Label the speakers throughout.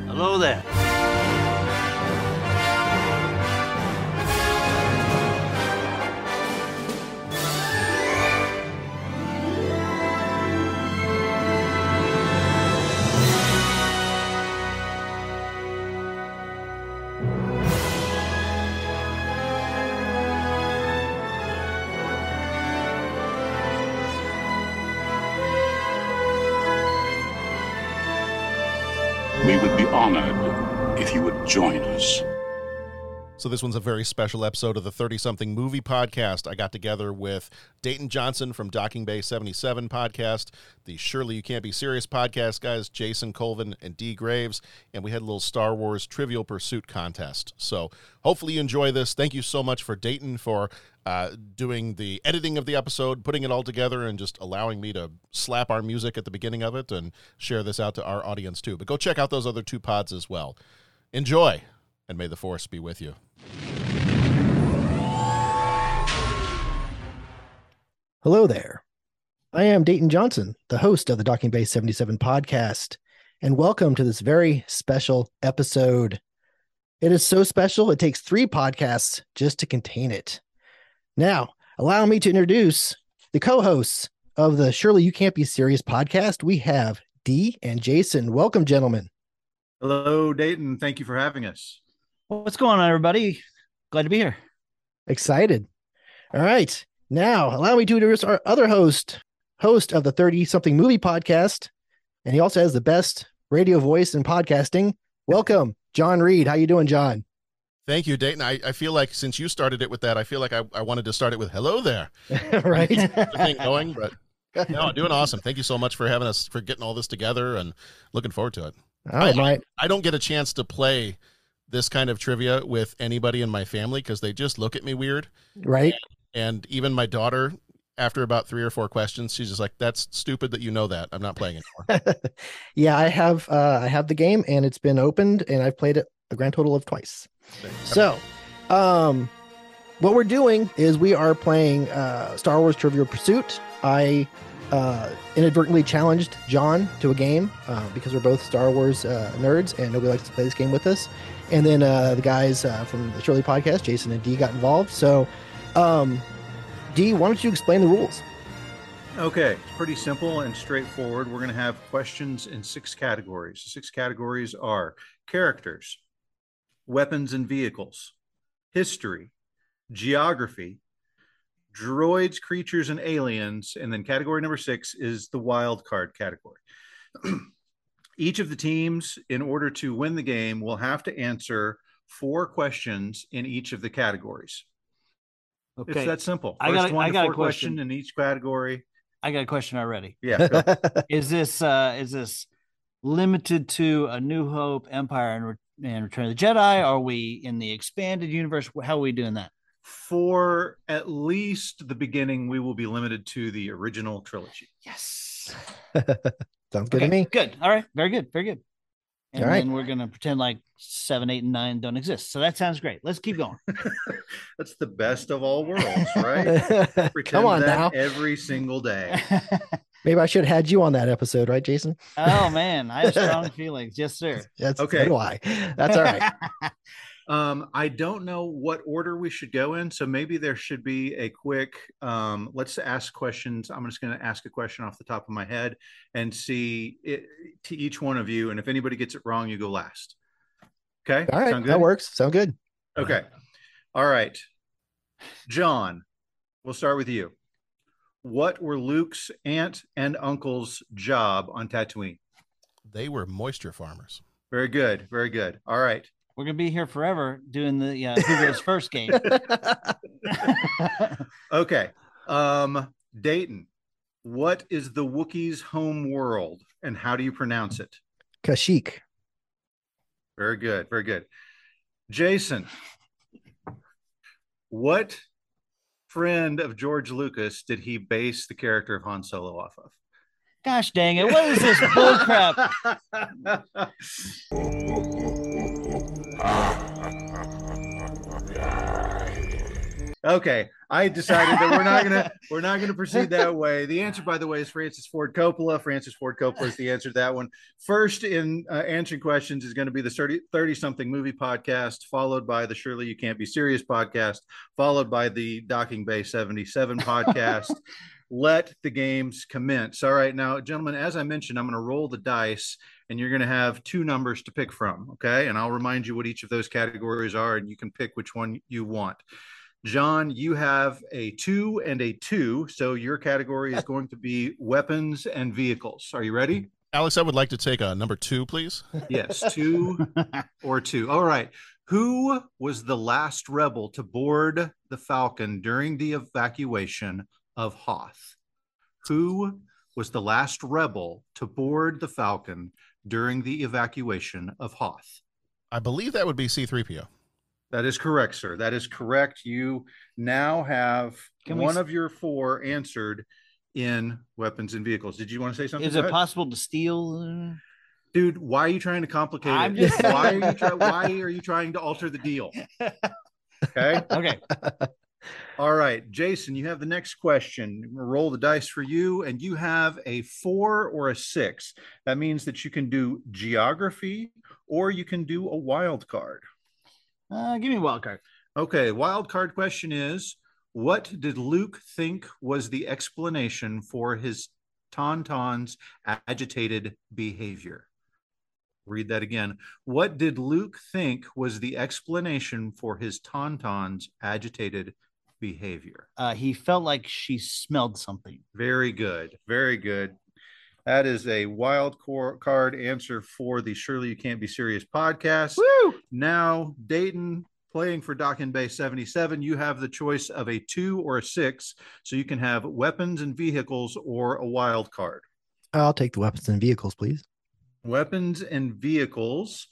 Speaker 1: Hello there.
Speaker 2: We would be honored if you would join us.
Speaker 3: So this one's a very special episode of the 30 something movie podcast. I got together with Dayton Johnson from Docking Bay 77 podcast, the Surely You Can't Be Serious podcast guys, Jason Colvin and D Graves, and we had a little Star Wars Trivial Pursuit contest. So hopefully you enjoy this. Thank you so much for Dayton for uh, doing the editing of the episode, putting it all together, and just allowing me to slap our music at the beginning of it and share this out to our audience too. But go check out those other two pods as well. Enjoy, and may the force be with you.
Speaker 4: Hello there. I am Dayton Johnson, the host of the Docking Bay 77 podcast, and welcome to this very special episode. It is so special, it takes three podcasts just to contain it. Now, allow me to introduce the co hosts of the Surely You Can't Be Serious podcast. We have Dee and Jason. Welcome, gentlemen.
Speaker 5: Hello, Dayton. Thank you for having us.
Speaker 1: What's going on, everybody? Glad to be here.
Speaker 4: Excited. All right. Now, allow me to introduce our other host, host of the 30 something movie podcast, and he also has the best radio voice in podcasting. Welcome, John Reed. How you doing, John?
Speaker 3: Thank you, Dayton. I, I feel like since you started it with that, I feel like I, I wanted to start it with hello there.
Speaker 4: right?
Speaker 3: The thing going, but no, doing awesome. Thank you so much for having us for getting all this together and looking forward to it.
Speaker 4: Oh, my.
Speaker 3: I don't get a chance to play this kind of trivia with anybody in my family because they just look at me weird.
Speaker 4: Right?
Speaker 3: And even my daughter, after about three or four questions, she's just like, That's stupid that you know that. I'm not playing anymore.
Speaker 4: yeah, I have uh I have the game and it's been opened and I've played it a grand total of twice. So, um, what we're doing is we are playing uh, Star Wars Trivial Pursuit. I uh, inadvertently challenged John to a game uh, because we're both Star Wars uh, nerds and nobody likes to play this game with us. And then uh, the guys uh, from the Shirley podcast, Jason and Dee, got involved. So, um, Dee, why don't you explain the rules?
Speaker 5: Okay, it's pretty simple and straightforward. We're going to have questions in six categories. The six categories are characters, weapons and vehicles, history, geography, droids, creatures, and aliens. And then category number six is the wild card category. Each of the teams, in order to win the game, will have to answer four questions in each of the categories. It's
Speaker 1: Okay,
Speaker 5: that simple.
Speaker 1: I
Speaker 5: First
Speaker 1: got a-
Speaker 5: one
Speaker 1: I
Speaker 5: to
Speaker 1: got a
Speaker 5: four
Speaker 1: question.
Speaker 5: in each category.
Speaker 1: I got a question already.
Speaker 5: Yeah. go.
Speaker 1: Is this uh is this limited to a New Hope, Empire, and, Re- and Return of the Jedi? Are we in the expanded universe? How are we doing that?
Speaker 5: For at least the beginning, we will be limited to the original trilogy.
Speaker 1: Yes.
Speaker 4: Sounds good
Speaker 1: Okay,
Speaker 4: to me.
Speaker 1: Good. All right. Very good. Very good. And
Speaker 4: All right.
Speaker 1: then we're gonna pretend like seven, eight, and nine don't exist. So that sounds great. Let's keep going.
Speaker 5: That's the best of all worlds, right?
Speaker 4: Come on now.
Speaker 5: Every single day.
Speaker 4: Maybe I should have had you on that episode, right, Jason?
Speaker 1: oh man, I have strong feelings. Yes, sir.
Speaker 4: That's
Speaker 5: Okay.
Speaker 4: Why? That's all right.
Speaker 5: Um, I don't know what order we should go in, so maybe there should be a quick. Um, let's ask questions. I'm just going to ask a question off the top of my head and see it to each one of you. And if anybody gets it wrong, you go last. Okay.
Speaker 4: All right.
Speaker 5: Sound
Speaker 4: That
Speaker 5: good?
Speaker 4: works. Sound good.
Speaker 5: Okay. All right. John, we'll start with you. What were Luke's aunt and uncle's job on Tatooine?
Speaker 3: they were moisture farmers.
Speaker 5: Very good. Very good. All right.
Speaker 1: We're gonna be here forever doing the uh, who goes first game.
Speaker 5: Okay. Um, Dayton, what is the Wookiee's home world and how do you pronounce it?
Speaker 4: Kashik.
Speaker 5: Very good. Very good. Jason, what friend of George Lucas did he base the character of Han Solo off of?
Speaker 1: Gosh dang it! What is this bull crap?
Speaker 5: okay. I decided that we're not gonna we're not gonna proceed that way. The answer, by the way, is Francis Ford Coppola. Francis Ford Coppola is the answer to that one. First in uh, answering questions is going to be the 30, 30 something movie podcast, followed by the Surely You Can't Be Serious podcast, followed by the Docking Bay seventy seven podcast. Let the games commence. All right, now, gentlemen, as I mentioned, I'm going to roll the dice, and you're going to have two numbers to pick from. Okay, and I'll remind you what each of those categories are, and you can pick which one you want. John, you have a two and a two. So your category is going to be weapons and vehicles. Are you ready?
Speaker 3: Alex, I would like to take a number two, please.
Speaker 5: Yes, two or two. All right. Who was the last rebel to board the Falcon during the evacuation of Hoth? Who was the last rebel to board the Falcon during the evacuation of Hoth?
Speaker 3: I believe that would be C3PO.
Speaker 5: That is correct, sir. That is correct. You now have
Speaker 1: Can we
Speaker 5: one
Speaker 1: s-
Speaker 5: of your four answered in weapons and vehicles. Did you want to say something?
Speaker 1: Is
Speaker 5: Go
Speaker 1: it
Speaker 5: ahead.
Speaker 1: possible to steal?
Speaker 5: Dude, why are you trying to complicate
Speaker 1: I'm
Speaker 5: it?
Speaker 1: just-
Speaker 5: why, are you try- why are you trying to alter the deal? Okay.
Speaker 1: Okay.
Speaker 5: All right. Jason, you have the next question. Roll the dice for you, and you have a four or a six. That means that you can do geography or you can do a wild card.
Speaker 1: Uh, give me a wild card.
Speaker 5: Okay, wild card question is what did Luke think was the explanation for his Tauntaun's agitated behavior? Read that again. What did Luke think was the explanation for his Tauntaun's agitated behavior?
Speaker 1: Uh, he felt like she smelled something.
Speaker 5: Very good. Very good. That is a wild cor- card answer for the Surely You Can't Be Serious podcast.
Speaker 1: Woo!
Speaker 5: Now, Dayton playing for Dockin Bay 77, you have the choice of a two or a six. So you can have weapons and vehicles or a wild card.
Speaker 4: I'll take the weapons and vehicles, please.
Speaker 5: Weapons and vehicles.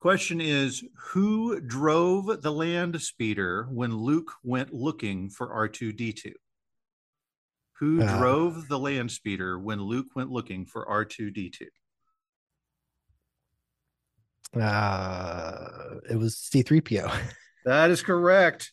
Speaker 5: Question is Who drove the land speeder when Luke went looking for R2 D2? Who
Speaker 4: Uh.
Speaker 5: drove the land speeder when Luke went looking for R2 D2?
Speaker 4: Uh, it was C3PO.
Speaker 5: That is correct.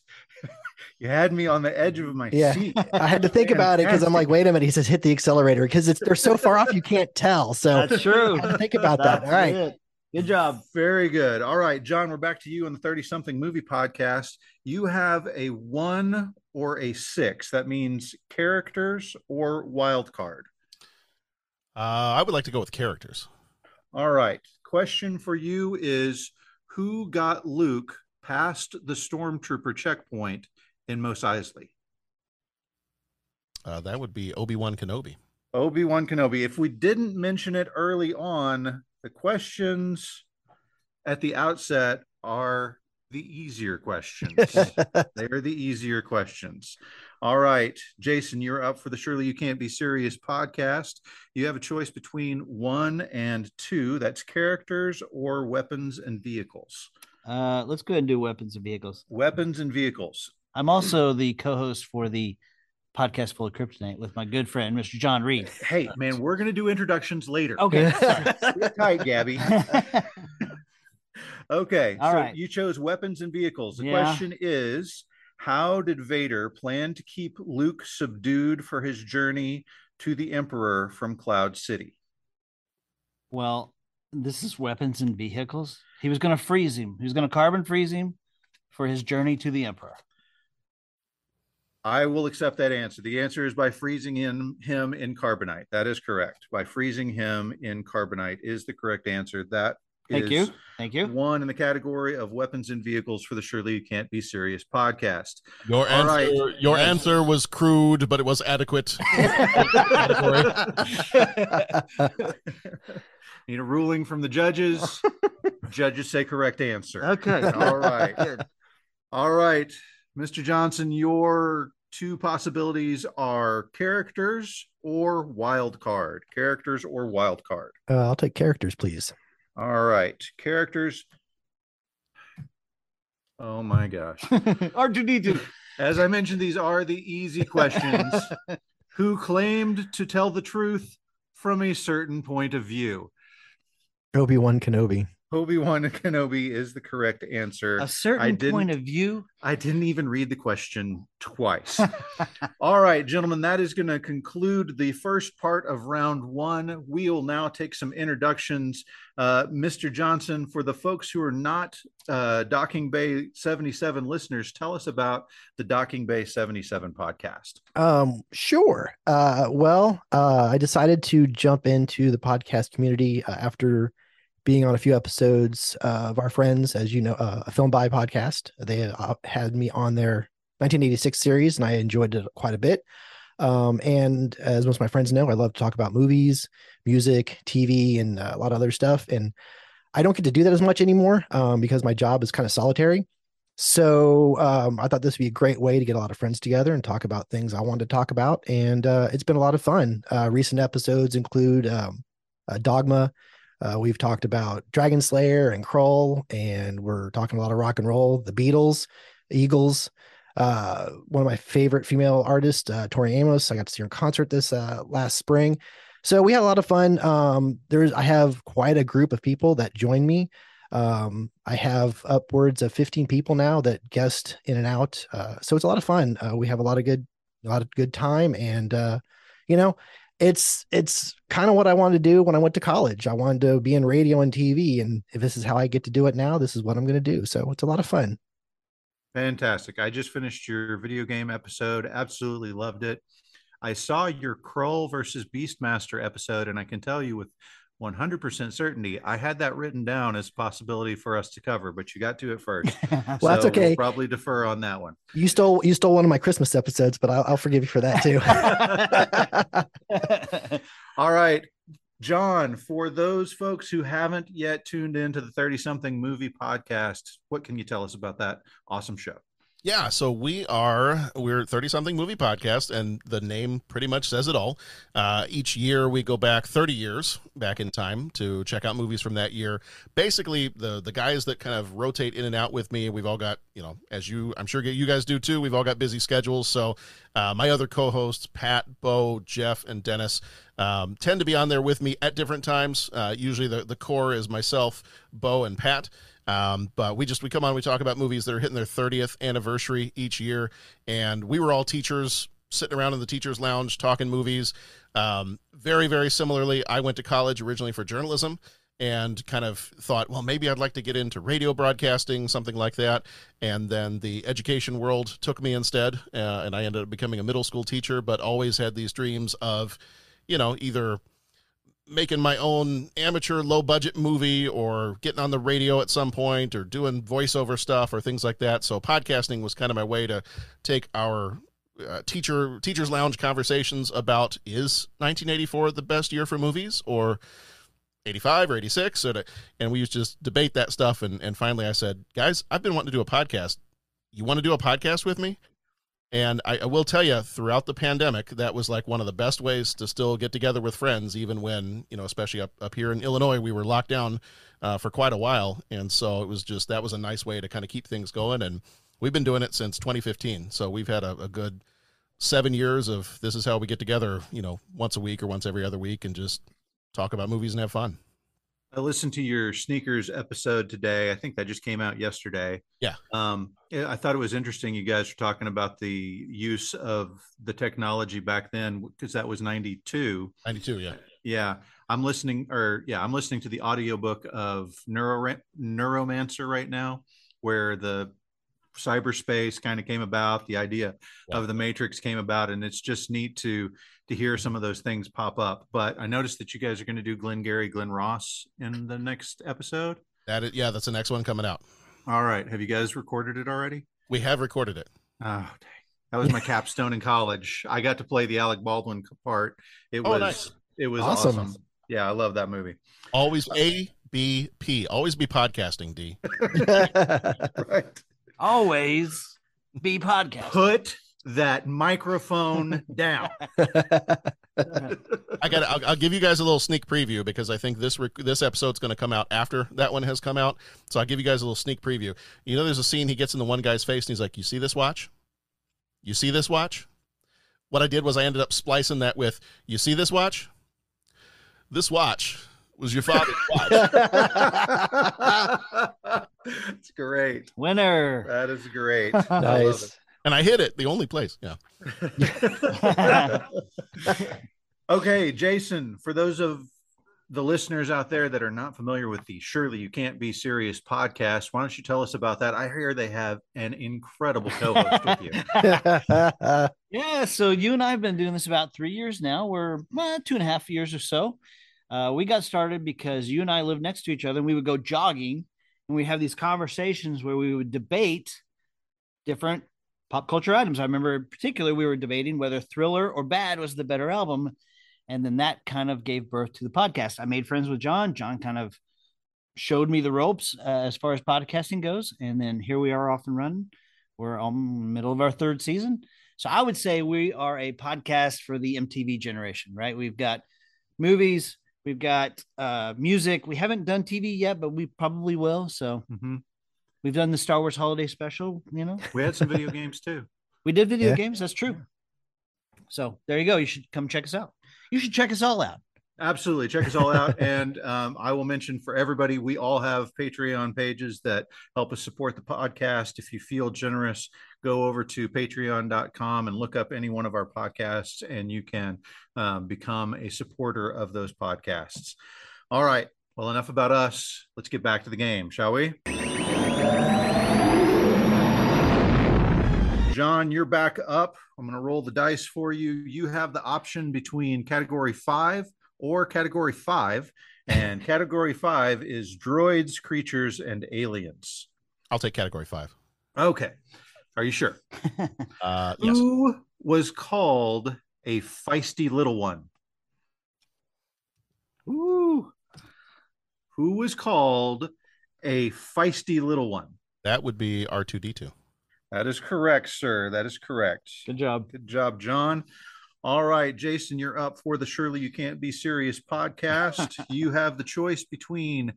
Speaker 5: you had me on the edge of my
Speaker 4: Yeah.
Speaker 5: seat.
Speaker 4: I had to think about it because I'm like,
Speaker 5: Fantastic.
Speaker 4: wait a minute. He says hit the accelerator because it's they're so far off you can't tell. So
Speaker 1: That's true.
Speaker 4: I had to think about that. All right.
Speaker 1: it. Good job.
Speaker 5: Very good. All right, John, we're back to you on the 30 something movie podcast. You have a one or a six. That means characters or wild card.
Speaker 3: Uh, I would like to go with characters.
Speaker 5: All right. Question for you is who got Luke past the stormtrooper checkpoint in Mos Eisley?
Speaker 3: Uh, that would be Obi Wan Kenobi.
Speaker 5: Obi Wan Kenobi. If we didn't mention it early on, the questions at the outset are the easier questions. they are the easier questions. All right, Jason, you're up for the Surely You Can't Be Serious podcast. You have a choice between one and two that's characters or weapons and vehicles.
Speaker 1: Uh, let's go ahead and do weapons and vehicles.
Speaker 5: Weapons and vehicles.
Speaker 1: I'm also the co-host for the podcast full of kryptonite with my good friend Mr. John Reed.
Speaker 5: Hey, man, we're going to do introductions later.
Speaker 1: Okay.
Speaker 5: Sit tight, Gabby.
Speaker 1: sorry.
Speaker 5: Okay.
Speaker 1: All
Speaker 5: so
Speaker 1: right.
Speaker 5: You chose weapons and vehicles. The
Speaker 1: Yeah.
Speaker 5: question is how did Vader plan to keep Luke subdued for his journey to the Emperor from Cloud City?
Speaker 1: well, this is weapons and vehicles. He was going to freeze him. He was going to carbon freeze him for his journey to the emperor.
Speaker 5: I will accept that answer. The answer is by freezing in him in carbonite. That is correct. By freezing him in carbonite is the correct answer. That
Speaker 1: Thank
Speaker 5: is
Speaker 1: you. Thank you.
Speaker 5: One in the category of weapons and vehicles for the Surely You Can't Be Serious podcast.
Speaker 3: Your
Speaker 5: All right.
Speaker 3: answer, your answer was crude, but it was adequate.
Speaker 5: Need a ruling from the judges. judges say correct answer.
Speaker 1: Okay.
Speaker 5: All right. All right. Mr. Johnson, your two possibilities are characters or wild card. Characters or wild card.
Speaker 4: Uh, I'll take characters, please.
Speaker 5: All right. Characters. Oh my gosh.
Speaker 1: R2D2.
Speaker 5: As I mentioned, these are the easy questions. Who claimed to tell the truth from a certain point of view?
Speaker 4: Obi Wan Kenobi.
Speaker 5: Obi Wan Kenobi is the correct answer.
Speaker 1: A certain point
Speaker 5: didn't-
Speaker 1: of view.
Speaker 5: I didn't even read the question twice. All right, gentlemen, that is going to conclude the first part of round one. We will now take some introductions. Uh, Mr. Johnson, for the folks who are not uh, Docking Bay 77 listeners, tell us about the Docking Bay 77 podcast.
Speaker 4: Um, sure. Uh, well, uh, I decided to jump into the podcast community uh, after being on a few episodes uh, of our friends, as you know, uh, a film by podcast. They had, uh, had me on their 1986 series, and I enjoyed it quite a bit. Um, and as most of my friends know, I love to talk about movies, music, TV, and uh, a lot of other stuff. And I don't get to do that as much anymore um, because my job is kind of solitary. So um, I thought this would be a great way to get a lot of friends together and talk about things I wanted to talk about, and uh, it's been a lot of fun. Uh, recent episodes include um, uh, Dogma. Uh, we've talked about Dragon Slayer and Kroll, and we're talking a lot of rock and roll, the Beatles, Eagles. Uh, one of my favorite female artists, uh, Tori Amos. I got to see her in concert this uh, last spring, so we had a lot of fun. Um, there's I have quite a group of people that join me. Um, I have upwards of 15 people now that guest in and out. Uh, so it's a lot of fun. Uh, we have a lot of good, a lot of good time. And, uh, you know, it's, it's kind of what I wanted to do when I went to college. I wanted to be in radio and TV. And if this is how I get to do it now, this is what I'm going to do. So it's a lot of fun.
Speaker 5: Fantastic. I just finished your video game episode. Absolutely loved it. I saw your Kroll versus Beastmaster episode, and I can tell you with 100% certainty, I had that written down as a possibility for us to cover, but you got to it first.
Speaker 4: Well, that's
Speaker 5: So
Speaker 4: okay.
Speaker 5: We'll probably defer on that one.
Speaker 4: You stole, you stole one of my Christmas episodes, but I'll, I'll forgive you for that too.
Speaker 5: All right. John, for those folks who haven't yet tuned into the 30 something movie podcast, what can you tell us about that awesome show?
Speaker 3: Yeah, so we are we're thirty something movie podcast, and the name pretty much says it all. Uh, each year we go back thirty years back in time to check out movies from that year. Basically, the the guys that kind of rotate in and out with me, we've all got you know, as you I'm sure you guys do too. We've all got busy schedules, so uh, my other co-hosts Pat, Bo, Jeff, and Dennis um, tend to be on there with me at different times. Uh, usually, the the core is myself, Bo, and Pat. Um, but we just we come on, we talk about movies that are hitting their 30th anniversary each year, and we were all teachers sitting around in the teachers' lounge talking movies. Um, very very similarly, I went to college originally for journalism. And kind of thought, well, maybe I'd like to get into radio broadcasting, something like that. And then the education world took me instead, uh, and I ended up becoming a middle school teacher. But always had these dreams of, you know, either making my own amateur low budget movie or getting on the radio at some point or doing voiceover stuff or things like that. So podcasting was kind of my way to take our uh, teacher teachers lounge conversations about is 1984 the best year for movies or 85 or 86 or, and we used to just debate that stuff and, and finally i said guys i've been wanting to do a podcast you want to do a podcast with me and I, I will tell you, throughout the pandemic, that was like one of the best ways to still get together with friends, even when, you know, especially up, up here in Illinois, we were locked down uh, for quite a while. And so it was just, that was a nice way to kind of keep things going. And we've been doing it since 2015. So we've had a, a good seven years of this is how we get together, you know, once a week or once every other week and just talk about movies and have fun.
Speaker 5: I listened to your sneakers episode today. I think that just came out yesterday.
Speaker 3: Yeah.
Speaker 5: Um, yeah, I thought it was interesting. You guys were talking about the use of the technology back then because that was 92.
Speaker 3: 92, yeah.
Speaker 5: Yeah. I'm listening or yeah, I'm listening to the audiobook of Neuro Neuromancer right now where the cyberspace kind of came about, the idea
Speaker 3: Yeah.
Speaker 5: of the matrix came about and it's just neat to to hear some of those things pop up. But I noticed that you guys are going to do Glenn Gary, Glenn Ross in the next episode.
Speaker 3: That is, yeah, that's the next one coming out.
Speaker 5: All right, have you guys recorded it already?
Speaker 3: We have recorded it.
Speaker 5: Oh, dang. That was my capstone in college. I got to play the Alec Baldwin part. It
Speaker 3: Oh,
Speaker 5: was
Speaker 3: nice.
Speaker 5: it was
Speaker 4: Awesome.
Speaker 5: awesome. Yeah, I love that movie.
Speaker 3: Always ABP, always be podcasting, D.
Speaker 5: Right.
Speaker 1: Always be podcast.
Speaker 5: put that microphone down.
Speaker 3: I got. I'll, I'll give you guys a little sneak preview because I think this rec- this episode's going to come out after that one has come out. So I'll give you guys a little sneak preview. You know, there's a scene he gets in the one guy's face and he's like, "You see this watch? You see this watch?" What I did was I ended up splicing that with, "You see this watch? This watch was your father's watch.
Speaker 5: That's great.
Speaker 1: Winner.
Speaker 5: That is great. I love
Speaker 4: nice.
Speaker 5: it.
Speaker 3: and I hid it. The only place. Yeah.
Speaker 5: okay, Jason, for those of the listeners out there that are not familiar with the Surely You Can't Be Serious podcast, why don't you tell us about that? I hear they have an incredible co host with you.
Speaker 1: Yeah, so you and I have been doing this about three years now. We're eh, two and a half years or so. Uh, we got started because you and I lived next to each other, and we would go jogging, and we have these conversations where we would debate different pop culture items. I remember in particular we were debating whether Thriller or Bad was the better album, and then that kind of gave birth to the podcast. I made friends with John. John kind of showed me the ropes uh, as far as podcasting goes, and then here we are off and running. We're on middle of our third season. So I would say we are a podcast for the MTV generation, right? We've got movies, we've got uh, music. We haven't done TV yet, but we probably will. So
Speaker 5: Mhm.
Speaker 1: we've done the Star Wars Holiday Special. You know,
Speaker 5: We had some video games too.
Speaker 1: we did video
Speaker 4: Yeah.
Speaker 1: games. That's true. So there you go. You should come check us out. You should check us all out.
Speaker 5: Absolutely. Check us all out. and um, I will mention for everybody, we all have Patreon pages that help us support the podcast. If you feel generous, go over to patreon.com and look up any one of our podcasts, and you can um, become a supporter of those podcasts. All right. Well, enough about us. Let's get back to the game, shall we? John, you're back up. I'm going to roll the dice for you. You have the option between category five or category five. And category five is droids, creatures, and aliens.
Speaker 3: I'll take category five.
Speaker 5: Okay. Are you sure?
Speaker 3: Uh, yes.
Speaker 5: Who was called a feisty little one? Ooh. Who was called a feisty little one?
Speaker 3: That would be R2D2.
Speaker 5: That is correct, sir. That is correct.
Speaker 1: Good job.
Speaker 5: Good job, John. All right, Jason, you're up for the Surely You Can't Be Serious podcast. you have the choice between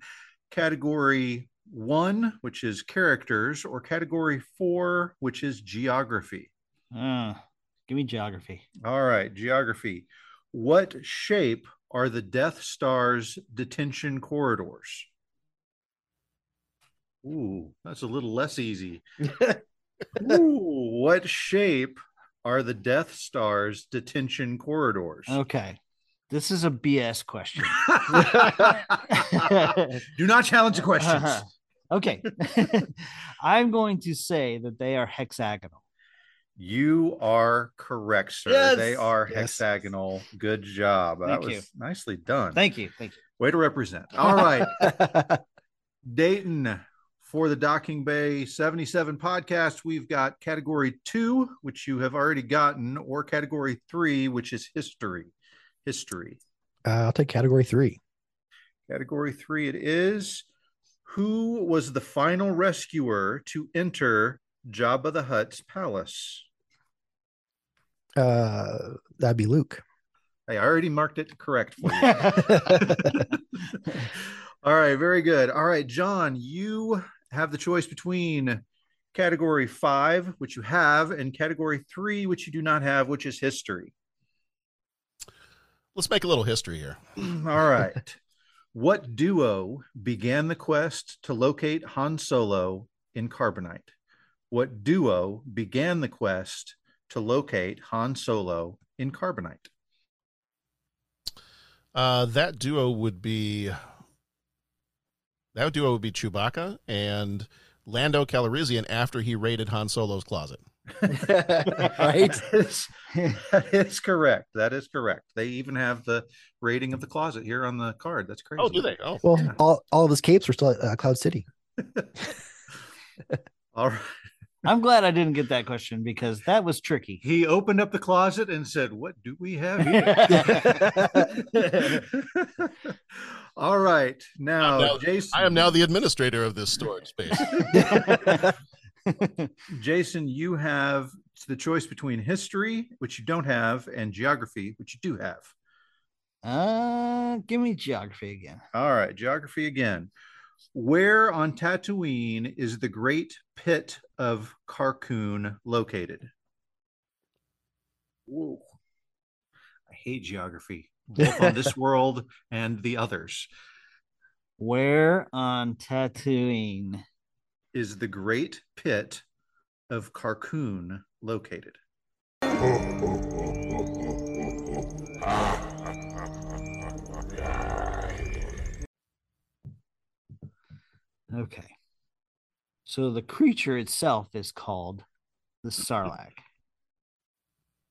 Speaker 5: category one, which is characters, or category four, which is geography.
Speaker 1: Uh, give me geography.
Speaker 5: All right, geography. What shape are the Death Star's detention corridors? Ooh, that's a little less easy. Ooh, what shape are the Death Star's detention corridors?
Speaker 1: Okay, this is a BS question.
Speaker 5: Do not challenge the questions.
Speaker 1: okay, I'm going to say that they are hexagonal.
Speaker 5: You are correct, sir.
Speaker 4: Yes.
Speaker 5: They are
Speaker 4: Yes.
Speaker 5: hexagonal. Good job. that
Speaker 1: Thank
Speaker 5: was
Speaker 1: you.
Speaker 5: nicely done.
Speaker 1: Thank you. Thank you.
Speaker 5: Way to represent. All right. Dayton for the Docking Bay 77 podcast. We've got category two, which you have already gotten, or category three, which is history. History.
Speaker 4: Uh, I'll take category three.
Speaker 5: Category three it is. Who was the final rescuer to enter Jabba the Hutt's palace?
Speaker 4: Uh, that'd be Luke.
Speaker 5: I already marked it correct for you. All right, very good. All right, John, you have the choice between category five, which you have, and category three, which you do not have, which is history.
Speaker 3: Let's make a little history here.
Speaker 5: All right. what duo began the quest to locate Han Solo in Carbonite? What duo began the quest to locate Han Solo in Carbonite?
Speaker 3: Uh, that duo would be that duo would be Chewbacca and Lando Calrissian after he raided Han Solo's closet.
Speaker 4: right?
Speaker 5: It's- that is correct. That is correct. They even have the rating of the closet here on the card. That's crazy.
Speaker 3: Oh, do they? Oh,
Speaker 4: Well, all, all of his capes were still at uh, Cloud City.
Speaker 5: All right.
Speaker 1: I'm glad I didn't get that question because that was tricky.
Speaker 5: He opened up the closet and said, What do we have here? All right. Now,
Speaker 3: now-
Speaker 5: Jason,
Speaker 3: I am now the administrator of this storage space.
Speaker 5: Jason, you have the choice between history, which you don't have, and geography, which you do have.
Speaker 1: uh, give me geography again.
Speaker 5: All right, geography again. Where on Tatooine is the Great Pit of Carcoon located? Whoa. I hate geography. both on this world and the others.
Speaker 1: Where on Tatooine?
Speaker 5: Is the Great Pit of Carcoon located?
Speaker 1: Okay. So the creature itself is called the Sarlacc.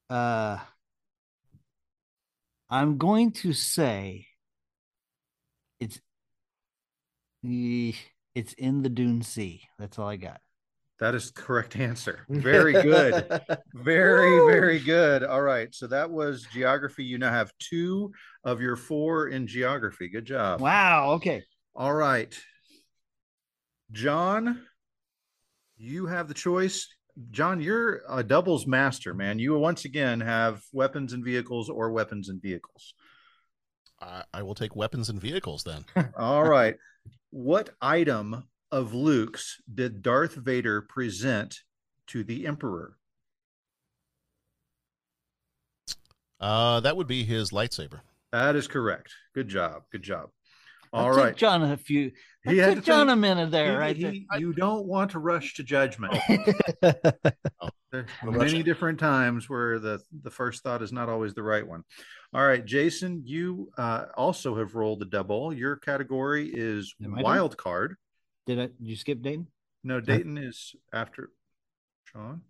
Speaker 1: Uh, I'm going to say it's the it's in the Dune Sea. That's all I got.
Speaker 5: That is the correct answer. Very good. Very, very good. All right. So that was geography. You now have two of your four in geography. Good job.
Speaker 1: Wow. Okay.
Speaker 5: All right. John, you have the choice. John, you're a doubles master, man. You once again have weapons and vehicles or weapons and vehicles.
Speaker 3: I, I will take weapons and vehicles then.
Speaker 5: All right. What item of Luke's did Darth Vader present to the Emperor?
Speaker 3: Uh, that would be his lightsaber.
Speaker 5: That is correct. Good job. Good job.
Speaker 1: That
Speaker 5: All
Speaker 1: took
Speaker 5: right.
Speaker 1: John a few. That
Speaker 5: He had
Speaker 1: took
Speaker 5: to
Speaker 1: John a
Speaker 5: think.
Speaker 1: minute there,
Speaker 5: He-
Speaker 1: right?
Speaker 5: he-
Speaker 1: there.
Speaker 5: you don't want to rush to judgment. There are
Speaker 3: Rush
Speaker 5: many
Speaker 3: it.
Speaker 5: different times where the, the first thought is not always the right one. All right, Jason, you uh, also have rolled a double. Your category is
Speaker 1: Am I doing-
Speaker 5: wild card.
Speaker 1: Did I? Did you skip Dayton?
Speaker 5: No, Dayton is after Sean.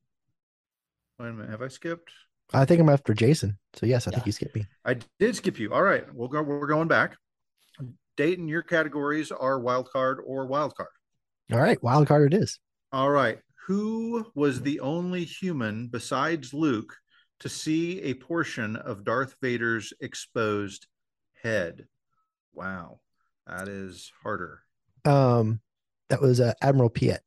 Speaker 5: Wait a minute, have I skipped?
Speaker 4: I think I'm after Jason. So yes, I
Speaker 1: Yeah.
Speaker 4: think you skipped me.
Speaker 5: I did skip you. All right, we'll go. We're going back. Dayton, your categories are wild card or wild card.
Speaker 4: All right, wild card it is.
Speaker 5: All right. Who was the only human besides Luke to see a portion of Darth Vader's exposed head? Wow. That is harder.
Speaker 4: Um, that was uh, Admiral Piet.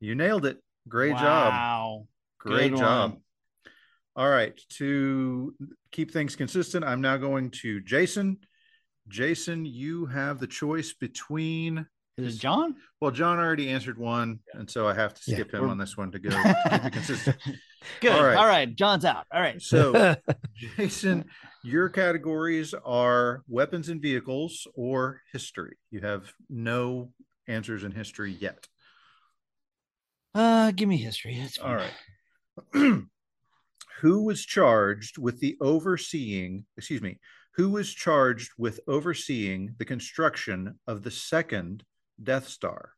Speaker 5: You nailed it. Great job.
Speaker 1: Wow.
Speaker 5: Great
Speaker 1: Good
Speaker 5: job.
Speaker 1: one.
Speaker 5: All right. To keep things consistent, I'm now going to Jason. Jason, you have the choice between
Speaker 1: Is it John?
Speaker 5: Well, John already answered one, and so I have to
Speaker 4: Yeah.
Speaker 5: skip him
Speaker 1: We're-
Speaker 5: on this one to go keep it consistent.
Speaker 1: Good.
Speaker 5: All
Speaker 1: All
Speaker 5: right.
Speaker 1: right. John's out. All right.
Speaker 5: So, Jason, your categories are weapons and vehicles or history. You have no answers in history yet.
Speaker 1: Uh, give me history. That's fine.
Speaker 5: All right. who was charged with the overseeing, excuse me, who was charged with overseeing the construction of the second Death Star?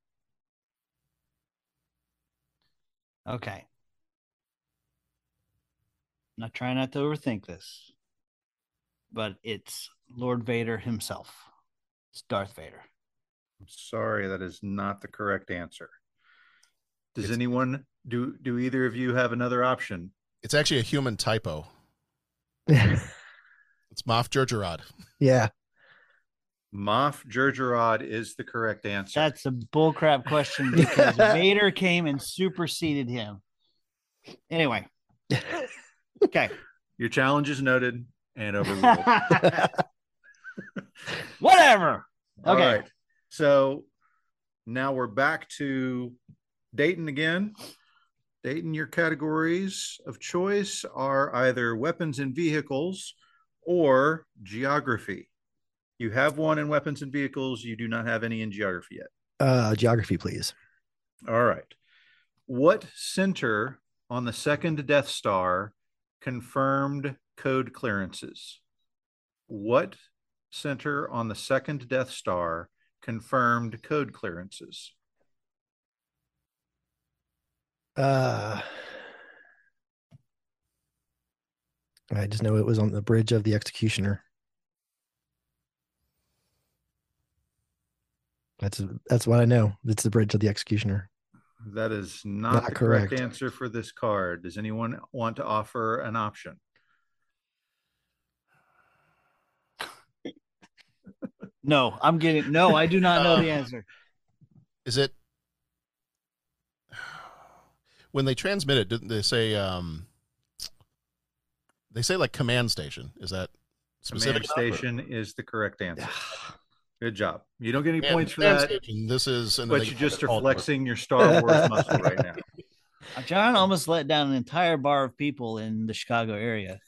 Speaker 1: Okay. Now try not to overthink this, but it's Lord Vader himself. It's Darth Vader.
Speaker 5: I'm sorry, that is not the correct answer. Does
Speaker 3: It's-
Speaker 5: anyone do do either of you have another option?
Speaker 3: It's actually a human typo. It's Moff Gergerod.
Speaker 4: yeah,
Speaker 5: Moff Gergerod is the correct answer.
Speaker 1: That's a bullcrap question because Vader came and superseded him. Anyway. Okay.
Speaker 5: Your challenge is noted and overruled. okay.
Speaker 1: Whatever.
Speaker 5: All
Speaker 1: Okay.
Speaker 5: right. So now we're back to Dayton again. Dayton, your categories of choice are either weapons and vehicles or geography. You have one in weapons and vehicles. You do not have any in geography yet.
Speaker 4: uh, geography, please.
Speaker 5: All right. What center on the second Death Star confirmed code clearances? What center on the second Death Star confirmed code clearances?
Speaker 4: Uh, I just know it was on the bridge of the executioner. That's that's what I know. It's the bridge of the executioner.
Speaker 5: That is not,
Speaker 4: Not
Speaker 5: the correct.
Speaker 4: correct.
Speaker 5: answer for this card. Does anyone want to offer an option?
Speaker 1: No, I'm getting no, I do not know the answer.
Speaker 3: Is it when they transmit it? Didn't they say? Um, they say like command station. Is that
Speaker 5: Command
Speaker 3: specific?
Speaker 5: station is the correct answer. Good job. You don't get any
Speaker 3: Command-
Speaker 5: points for
Speaker 3: command
Speaker 5: that,
Speaker 3: station. This is, and then
Speaker 5: but
Speaker 3: they
Speaker 5: you just
Speaker 3: call
Speaker 5: are
Speaker 3: it
Speaker 5: flexing your Star Wars muscle right now.
Speaker 1: John almost let down an entire bar of people in the Chicago area,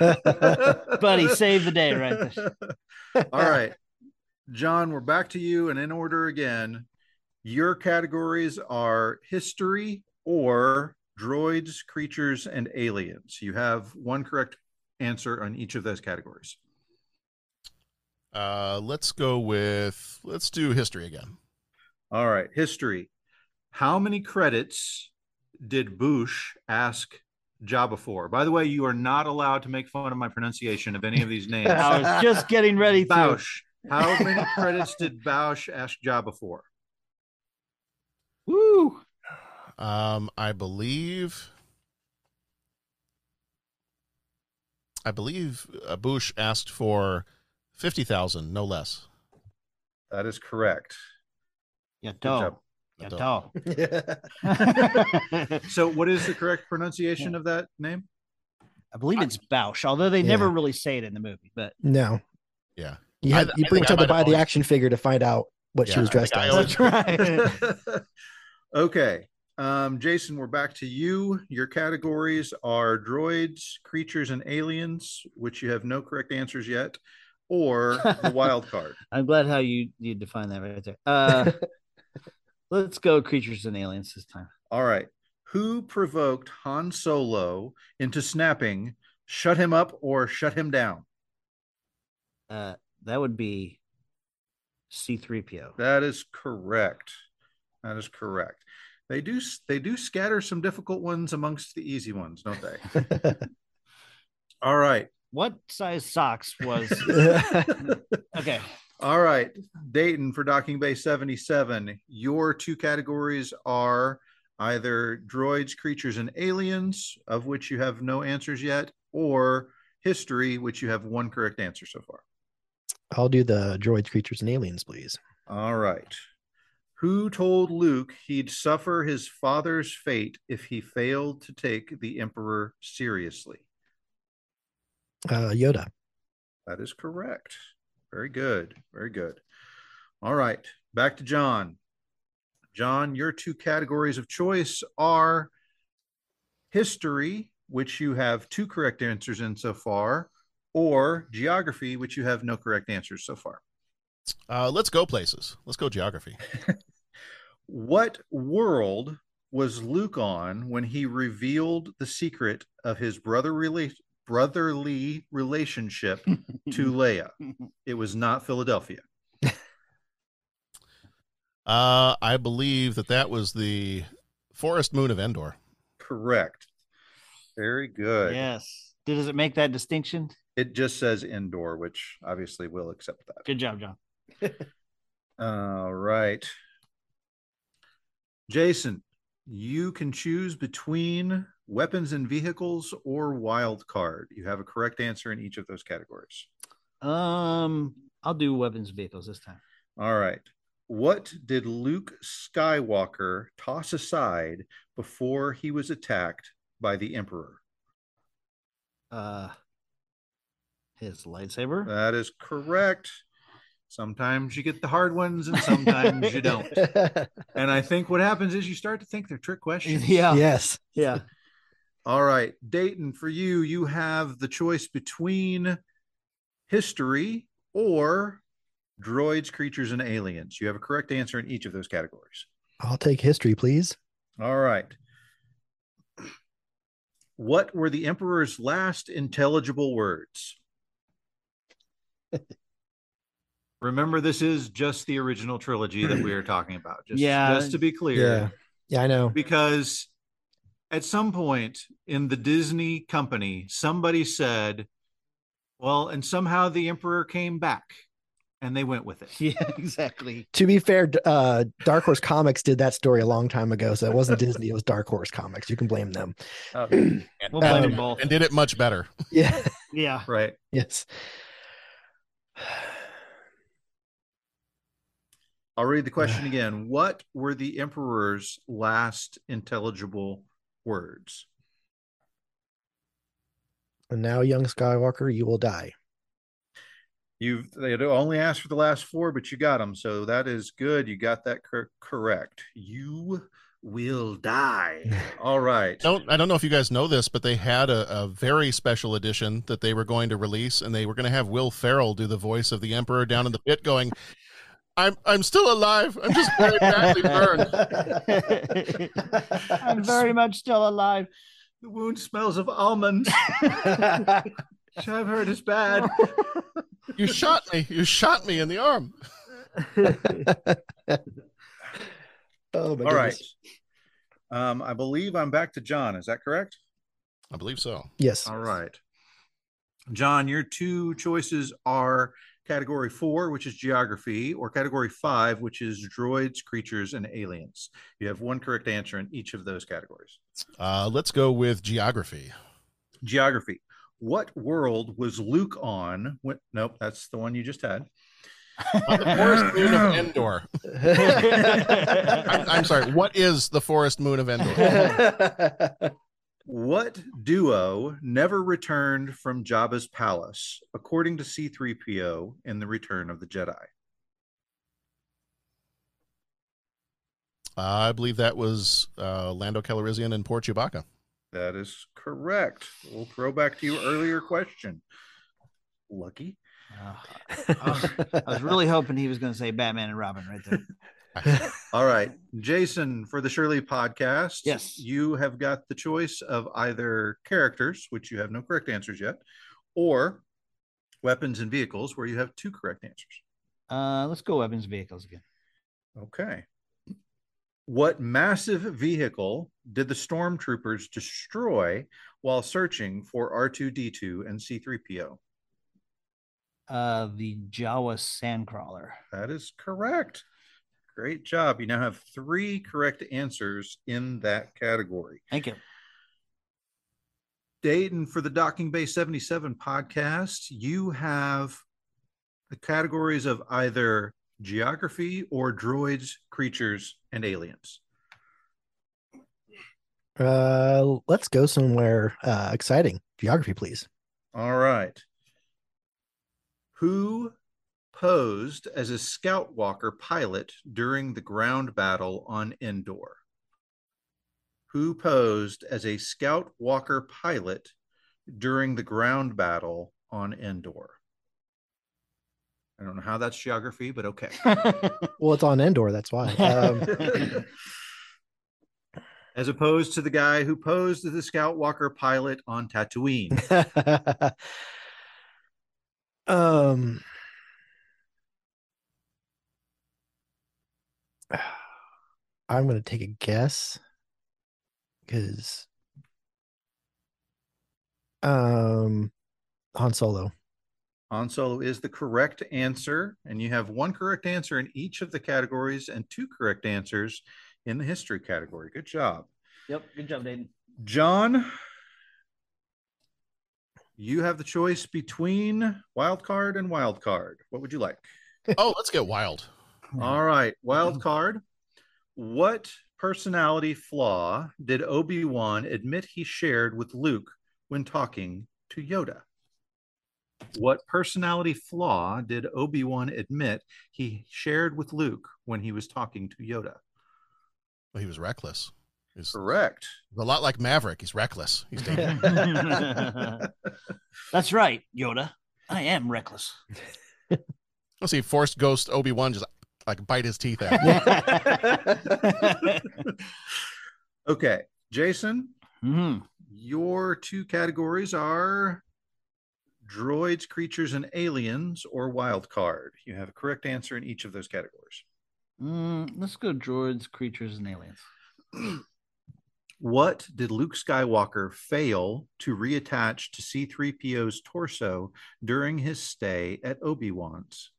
Speaker 1: but he saved the day right there.
Speaker 5: All right. John, we're back to you and in order again. Your categories are history or droids, creatures, and aliens. You have one correct answer on each of those categories.
Speaker 3: Uh, let's go with let's do history again.
Speaker 5: All right. History. How many credits did Bush ask Jabba for? By the way, you are not allowed to make fun of my pronunciation of any of these names.
Speaker 1: I was just getting ready to.
Speaker 5: Bausch. How many credits did Bausch ask Jabba for?
Speaker 1: Woo.
Speaker 3: Um, I believe, I believe uh, Bush asked for fifty thousand, no less.
Speaker 5: That is correct.
Speaker 1: Yeah,
Speaker 5: Good job.
Speaker 1: dog. Yeah, dog.
Speaker 5: So, what is the correct pronunciation of that name?
Speaker 1: I believe it's Bausch, although they
Speaker 4: Yeah.
Speaker 1: never really say it in the movie. But
Speaker 4: no.
Speaker 3: Yeah.
Speaker 4: You
Speaker 3: I-
Speaker 4: had
Speaker 3: I
Speaker 4: you bring
Speaker 3: think I
Speaker 4: up
Speaker 3: might
Speaker 4: to
Speaker 3: have
Speaker 4: buy the
Speaker 3: always-
Speaker 4: action figure to find out what
Speaker 3: Yeah,
Speaker 4: she was
Speaker 3: I think
Speaker 4: dressed
Speaker 3: I
Speaker 4: as.
Speaker 3: always-
Speaker 1: that's right.
Speaker 5: okay. Um, Jason, we're back to you. Your categories are droids, creatures, and aliens, which you have no correct answers yet, or the wild card.
Speaker 1: I'm glad how you you define that right there. Uh, let's go creatures and aliens this time.
Speaker 5: All right. Who provoked Han Solo into snapping, shut him up or shut him down?
Speaker 1: Uh, that would be C3PO.
Speaker 5: That is correct. That is correct. They do they do scatter some difficult ones amongst the easy ones, don't they? All right.
Speaker 1: What size socks was okay?
Speaker 5: All right, Dayton for Docking Bay 77. Your two categories are either droids, creatures, and aliens, of which you have no answers yet, or history, which you have one correct answer so far.
Speaker 4: I'll do the droids, creatures, and aliens, please.
Speaker 5: All right. Who told Luke he'd suffer his father's fate if he failed to take the Emperor seriously?
Speaker 4: Uh, Yoda.
Speaker 5: That is correct. Very good. Very good. All right. Back to John. John, your two categories of choice are history, which you have two correct answers in so far, or geography, which you have no correct answers so far.
Speaker 3: Uh, let's go places. Let's go geography.
Speaker 5: What world was Luke on when he revealed the secret of his brother rela- brotherly relationship to Leia? It was not Philadelphia.
Speaker 3: Uh, I believe that that was the forest moon of Endor.
Speaker 5: Correct. Very good.
Speaker 1: yes. Did- Does it make that distinction?
Speaker 5: It just says indoor, which obviously we'll accept that.
Speaker 1: Good job, John.
Speaker 5: All right. Jason, you can choose between weapons and vehicles or wild card. You have a correct answer in each of those categories.
Speaker 1: Um, I'll do weapons and vehicles this time.
Speaker 5: All right. What did Luke Skywalker toss aside before he was attacked by the Emperor?
Speaker 1: Uh, his lightsaber.
Speaker 5: That is correct. Sometimes you get the hard ones and sometimes you don't. And I think what happens is you start to think they're trick questions.
Speaker 1: yeah, yeah,
Speaker 4: Yes.
Speaker 1: yeah.
Speaker 5: All right, Dayton, for you, you have the choice between history or droids, creatures, and aliens. You have a correct answer in each of those categories.
Speaker 4: I'll take history, please.
Speaker 5: All right. What were the Emperor's last intelligible words? Remember, this is just the original trilogy that we are talking about. Just,
Speaker 1: Yeah.
Speaker 5: just to be clear,
Speaker 4: Yeah. Yeah, I know.
Speaker 5: because at some point in the Disney company, somebody said, well, and somehow the Emperor came back and they went with it.
Speaker 1: exactly.
Speaker 4: To be fair, d- uh, Dark Horse Comics did that story a long time ago, so it wasn't Disney; it was Dark Horse Comics. You can blame them.
Speaker 1: We'll blame
Speaker 4: Um,
Speaker 1: them both.
Speaker 3: And did it much better.
Speaker 4: Yeah.
Speaker 1: Yeah.
Speaker 5: Right.
Speaker 4: yes.
Speaker 5: I'll read the question again. What were the Emperor's last intelligible words?
Speaker 4: And now, young Skywalker, you will die.
Speaker 5: You've they only asked for the last four, but you got them. So that is good. You got that cor- correct. You will die. All right.
Speaker 3: don't I don't know if you guys know this, but they had a, a very special edition that they were going to release, and they were going to have Will Ferrell do the voice of the Emperor down in the pit, going, "I'm I'm still alive. I'm just very badly burned."
Speaker 1: I'm very much still alive.
Speaker 5: The wound smells of almonds, which I've heard is bad.
Speaker 3: You shot me. You shot me in the arm.
Speaker 4: oh my
Speaker 5: All right.
Speaker 4: goodness.
Speaker 5: Um, I believe I'm back to John. Is that correct?
Speaker 3: I believe so.
Speaker 4: Yes.
Speaker 5: All right. John, your two choices are category four, which is geography, or category five, which is droids, creatures, and aliens. You have one correct answer in each of those categories.
Speaker 3: Uh, let's go with geography.
Speaker 5: Geography. What world was Luke on? When, nope, that's the one you just had.
Speaker 3: On the forest moon of Endor.
Speaker 4: Uh,
Speaker 3: I'm, I'm sorry. What is the forest moon of Endor?
Speaker 5: What duo never returned from Jabba's palace, according to C3PO in The Return of the Jedi?
Speaker 3: Uh, I believe that was uh, Lando Calrissian and Poor Chewbacca.
Speaker 5: That is correct. We'll throw back to your earlier question. Lucky.
Speaker 1: I was really hoping he was going to say Batman and Robin right there.
Speaker 5: All right. Jason, for the Shirley podcast,
Speaker 1: Yes.
Speaker 5: you have got the choice of either characters, which you have no correct answers yet, or weapons and vehicles, where you have two correct answers.
Speaker 1: Uh, let's go weapons vehicles again.
Speaker 5: Okay. What massive vehicle did the stormtroopers destroy while searching for R2D2 and C3PO?
Speaker 1: Uh, the Jawa Sandcrawler.
Speaker 5: That is correct. Great job. You now have three correct answers in that category.
Speaker 1: Thank you.
Speaker 5: Dayton for the Docking Bay 77 podcast, you have the categories of either geography or droids, creatures, and aliens.
Speaker 4: Uh, let's go somewhere uh, exciting. Geography, please.
Speaker 5: All right. Who posed as a scout walker pilot during the ground battle on Endor? Who posed as a scout walker pilot during the ground battle on Endor? I don't know how that's geography, but okay.
Speaker 4: Well, it's on Endor. That's why. Um,
Speaker 5: as opposed to the guy who posed as the scout walker pilot on Tatooine.
Speaker 4: um. I'm going to take a guess because um Han Solo.
Speaker 5: Han Solo is the correct answer, and you have one correct answer in each of the categories and two correct answers in the history category. Good job.
Speaker 1: yep. Good job, Dayton.
Speaker 5: John, you have the choice between wild card and wild card. What would you like?
Speaker 3: Oh, let's get wild.
Speaker 5: All right, Mm-hmm. wild card. What personality flaw did Obi-Wan admit he shared with Luke when talking to Yoda? What personality flaw did Obi-Wan admit he shared with Luke when he was talking to Yoda?
Speaker 3: Well, he was reckless. He's
Speaker 5: Correct.
Speaker 3: a lot like Maverick. He's reckless. He's dangerous.
Speaker 1: That's right, Yoda. I am reckless.
Speaker 3: Let's see. Forced Ghost Obi Wan just like bite his teeth out.
Speaker 1: mm-hmm.
Speaker 5: Okay, Jason, your two categories are droids, creatures, and aliens, or wild card. You have a correct answer in each of those categories.
Speaker 1: mm, let's go droids, creatures, and aliens.
Speaker 5: What did Luke Skywalker fail to reattach to C3PO's torso during his stay at Obi Wan's?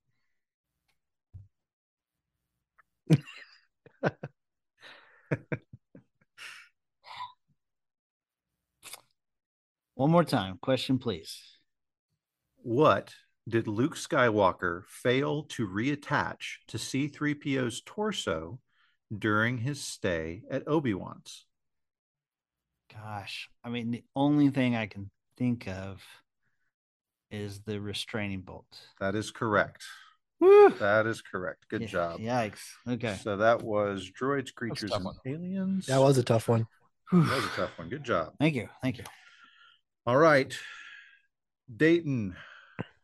Speaker 1: One more time. Question, please.
Speaker 5: What did Luke Skywalker fail to reattach to C3PO's torso during his stay at Obi Wan's?
Speaker 1: Gosh, I mean, the only thing I can think of is the restraining bolt.
Speaker 5: That is correct.
Speaker 1: Woo.
Speaker 5: That is correct. Good job.
Speaker 1: Yikes. Okay.
Speaker 5: So that was droids, creatures,
Speaker 3: tough
Speaker 5: and
Speaker 3: one.
Speaker 5: aliens.
Speaker 4: That was a tough one.
Speaker 1: Whew.
Speaker 5: That was a tough one. Good job.
Speaker 1: Thank you. Thank you.
Speaker 5: All right. Dayton,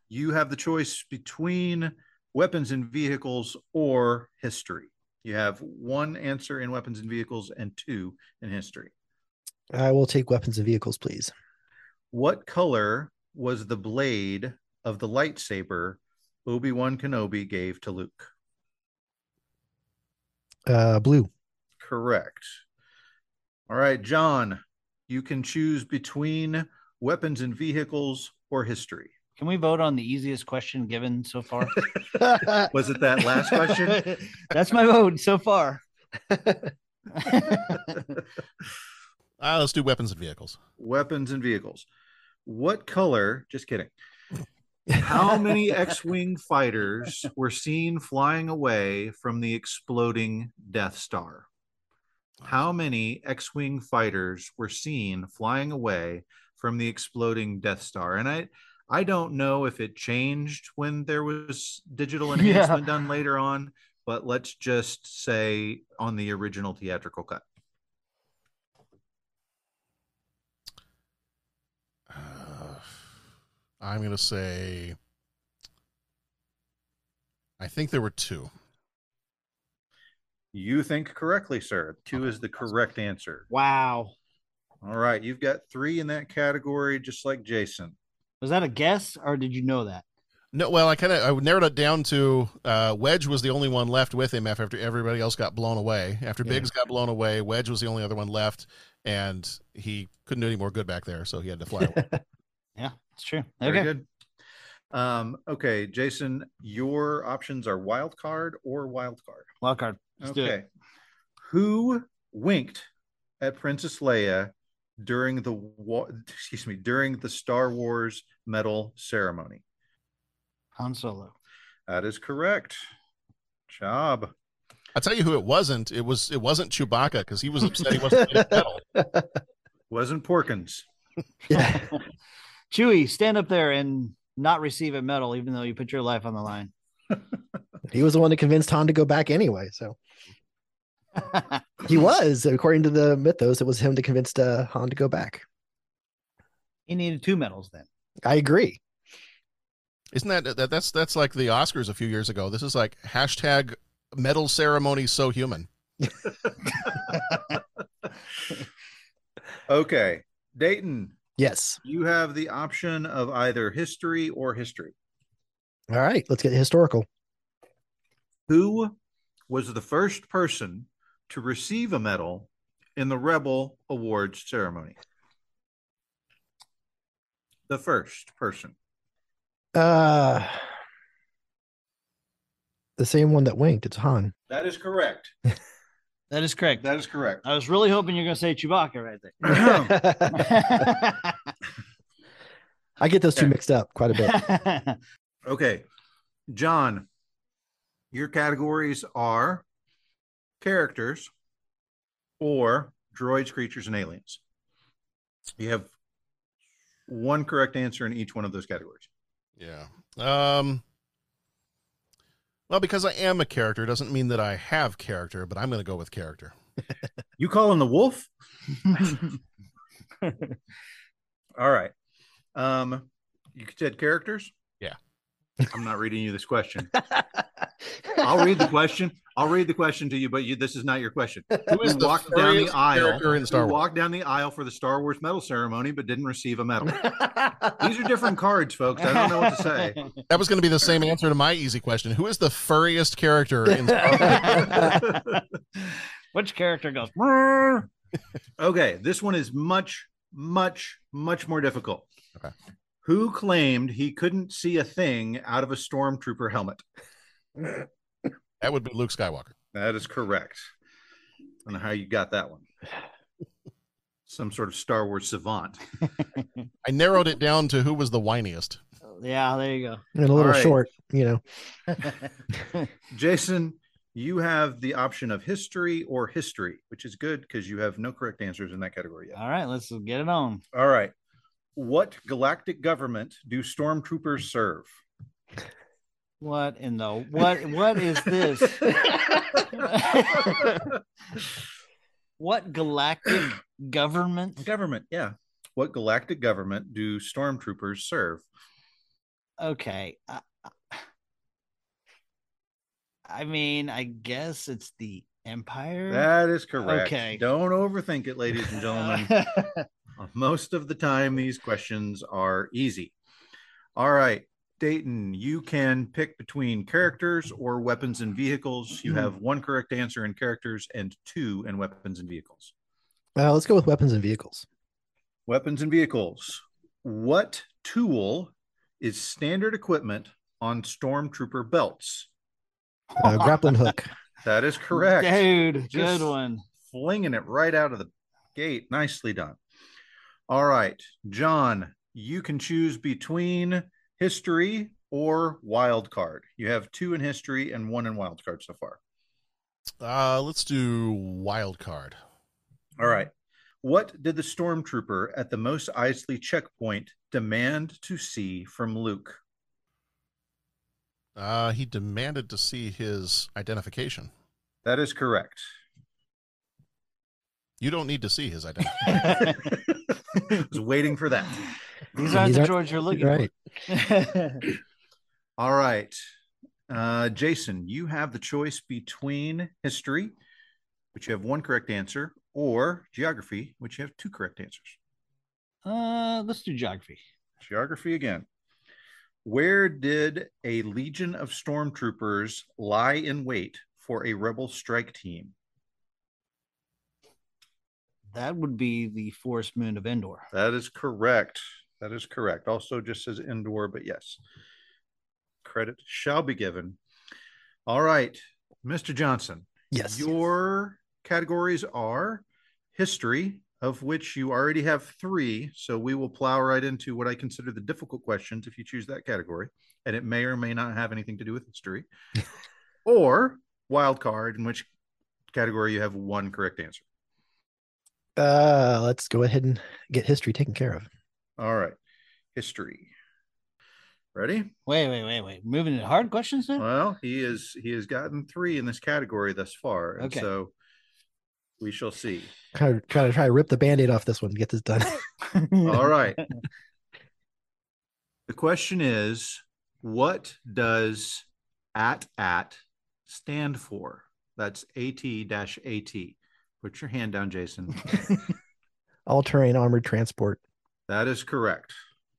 Speaker 5: you have the choice between weapons and vehicles or history. You have one answer in weapons and vehicles and two in history.
Speaker 4: I will take weapons and vehicles, please.
Speaker 5: What color was the blade of the lightsaber Obi Wan Kenobi gave to Luke?
Speaker 4: Uh, blue.
Speaker 5: Correct. All right, John, you can choose between weapons and vehicles or history.
Speaker 1: Can we vote on the easiest question given so far?
Speaker 5: Was it that last question?
Speaker 1: That's my vote so far.
Speaker 3: Ah, let's do weapons and vehicles.
Speaker 5: weapons and vehicles. What color? Just kidding. How many X Wing fighters were seen flying away from the exploding Death Star? How many X Wing fighters were seen flying away from the exploding Death Star? And I, I don't know if it changed when there was digital
Speaker 1: Yeah.
Speaker 5: enhancement done later on, but let's just say on the original theatrical cut.
Speaker 3: Uh, I'm gonna say. I think there were two.
Speaker 5: You think correctly, sir. Two is the correct answer.
Speaker 1: Wow.
Speaker 5: All right, you've got three in that category, just like Jason.
Speaker 1: Was that a guess or did you know that?
Speaker 3: No, well, I kind of I narrowed it down to uh, Wedge was the only one left with him after everybody else got blown away. After
Speaker 4: Yeah.
Speaker 3: Biggs got blown away, Wedge was the only other one left, and he couldn't do any more good back there, so he had to fly away.
Speaker 1: Yeah, it's true.
Speaker 5: Very
Speaker 1: Okay.
Speaker 5: good. Um, okay, Jason, your options are wild card or wild card.
Speaker 1: Wild card. Let's do it.
Speaker 5: okay. Who winked at Princess Leia during the wa- excuse me, during the Star Wars medal ceremony?
Speaker 1: Han Solo.
Speaker 5: That is correct. Job.
Speaker 3: I'll tell you who it wasn't. It was it wasn't Chewbacca because he was upset he wasn't getting a medal.
Speaker 5: Wasn't Porkins.
Speaker 4: Yeah.
Speaker 1: Chewie, stand up there and not receive a medal, even though you put your life on the line.
Speaker 4: he was the one that convinced Han to go back anyway. So he was, according to the mythos, it was him that convinced uh, Han to go back.
Speaker 1: he needed two medals then.
Speaker 4: I agree.
Speaker 3: Isn't that, that that's that's like the Oscars a few years ago? This is like hashtag medal ceremony so human.
Speaker 5: Okay. Dayton,
Speaker 4: Yes.
Speaker 5: you have the option of either history or history.
Speaker 4: All right. Let's get historical.
Speaker 5: Who was the first person to receive a medal in the Rebel Awards ceremony? The first person.
Speaker 4: Uh, the same one that winked. It's Han.
Speaker 5: That is correct.
Speaker 1: That is correct.
Speaker 5: That is correct.
Speaker 1: I was really hoping you're going to say Chewbacca right
Speaker 5: Ahem.
Speaker 4: I
Speaker 1: there.
Speaker 4: get those two
Speaker 5: Okay.
Speaker 4: mixed up quite a bit.
Speaker 5: okay. John, your categories are characters or droids, creatures, and aliens. You have one correct answer in each one of those categories.
Speaker 3: Yeah. Um. Well, because I am a character doesn't mean that I have character, but I'm going to go with character.
Speaker 5: You calling the wolf? All right. Um, you said characters.
Speaker 3: Yeah.
Speaker 5: I'm not reading you this question. I'll read the question. I'll read the question to you, but you, this is not your question.
Speaker 3: Who
Speaker 5: Who walked down the
Speaker 3: furriest
Speaker 5: aisle?
Speaker 3: character in Star
Speaker 5: who
Speaker 3: Wars?
Speaker 5: walked down the aisle for the Star Wars medal ceremony, but didn't receive a medal. These are different cards, folks. I don't know what to say.
Speaker 3: That was going to be the same answer to my easy question. Who is the furriest character in Star Wars?
Speaker 1: Which character goes? "Brrr."
Speaker 5: Okay, this one is much, much, much more difficult.
Speaker 3: Okay.
Speaker 5: Who claimed he couldn't see a thing out of a stormtrooper helmet?
Speaker 3: That would be Luke Skywalker.
Speaker 5: That is correct. I don't know how you got that one. Some sort of Star Wars savant.
Speaker 3: I narrowed it down to who was the whiniest.
Speaker 1: Yeah, there you
Speaker 4: and a little
Speaker 5: right.
Speaker 4: short, you know.
Speaker 1: go.
Speaker 5: Jason, you have the option of history or history, which is good because you have no correct answers in that category yet.
Speaker 1: All right, let's get it on.
Speaker 5: All right. What galactic government do stormtroopers serve?
Speaker 1: What in the what? What is this? what galactic government?
Speaker 5: government, yeah. What galactic government do stormtroopers serve?
Speaker 1: Okay. I, I mean, I guess it's the Empire.
Speaker 5: That is correct.
Speaker 1: Okay.
Speaker 5: Don't overthink it, ladies and gentlemen. Uh, Most of the time, these questions are easy. All right, Dayton, you can pick between characters or weapons and vehicles. You have one correct answer in characters and two in weapons and vehicles.
Speaker 4: Uh, let's go with weapons and vehicles.
Speaker 5: Weapons and vehicles. What tool is standard equipment on stormtrooper belts?
Speaker 4: Uh, grappling hook.
Speaker 5: That is correct.
Speaker 1: Dude,
Speaker 5: Just-
Speaker 1: good one.
Speaker 5: flinging it right out of the gate. Nicely done. All right, John, you can choose between history or wild card. You have two in history and one in wild card so far.
Speaker 3: Uh, let's do wild card.
Speaker 5: All right. What did the stormtrooper at the Mos Eisley checkpoint demand to see from Luke?
Speaker 3: Uh, he demanded to see his identification.
Speaker 5: That is correct.
Speaker 3: You don't need to see his identification.
Speaker 5: I was waiting for that.
Speaker 1: These aren't
Speaker 4: These
Speaker 1: the
Speaker 4: aren't-
Speaker 1: droids you're looking
Speaker 4: Right.
Speaker 1: for.
Speaker 5: All right. Uh, Jason, you have the choice between history, which you have one correct answer, or geography, which you have two correct answers.
Speaker 1: uh, let's do geography.
Speaker 5: Geography again. Where did a legion of stormtroopers lie in wait for a rebel strike team?
Speaker 1: That would be the forest moon of Endor.
Speaker 5: That is correct. That is correct. Also, just says indoor, but yes. Credit shall be given. All right, Mr. Johnson.
Speaker 4: Yes.
Speaker 5: Your categories are history, of which you already have three. So we will plow right into what I consider the difficult questions if you choose that category. And it may or may not have anything to do with history. or wild card, in which category you have one correct answer.
Speaker 4: Uh, let's go ahead and get history taken care of.
Speaker 5: All right. History. Ready?
Speaker 1: Wait, wait, wait, wait. Moving to hard questions
Speaker 4: Mm-hmm.
Speaker 1: now?
Speaker 5: Well, he is he has gotten three in this category thus far. And
Speaker 1: Okay.
Speaker 5: so we shall see.
Speaker 4: Kind of try to try to rip the band-aid off this one to get this done.
Speaker 5: All right. The question is, what does at at stand for? That's AT dash AT. Put your hand down, Jason.
Speaker 4: All-terrain armored transport.
Speaker 5: that is correct.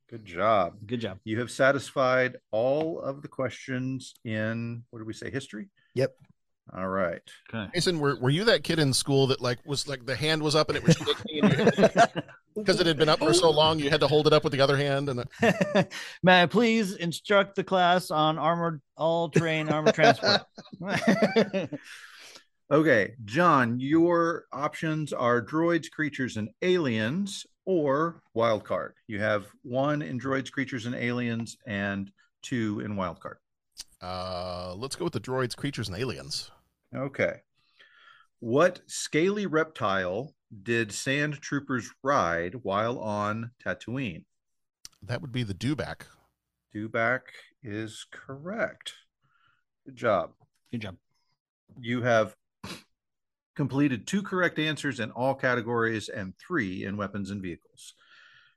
Speaker 5: Good job.
Speaker 1: Good job.
Speaker 5: You have satisfied all of the questions in what did we say? History?
Speaker 4: Yep.
Speaker 5: All right.
Speaker 1: Okay.
Speaker 3: Jason, were, were you that kid in school that like was like the hand was up and it was because it had been up for so long you had to hold it up with the other hand and
Speaker 1: May I please instruct the class on armored all terrain armored transport?
Speaker 5: Okay, John, your options are droids, creatures, and aliens, or wild card. You have one in droids, creatures, and aliens, and two in wild card.
Speaker 3: uh, let's go with the droids, creatures, and aliens.
Speaker 5: Okay. What scaly reptile did sand troopers ride while on Tatooine?
Speaker 3: That would be the dewback.
Speaker 5: Dewback is correct. Good job.
Speaker 1: Good job.
Speaker 5: You have completed two correct answers in all categories and three in weapons and vehicles.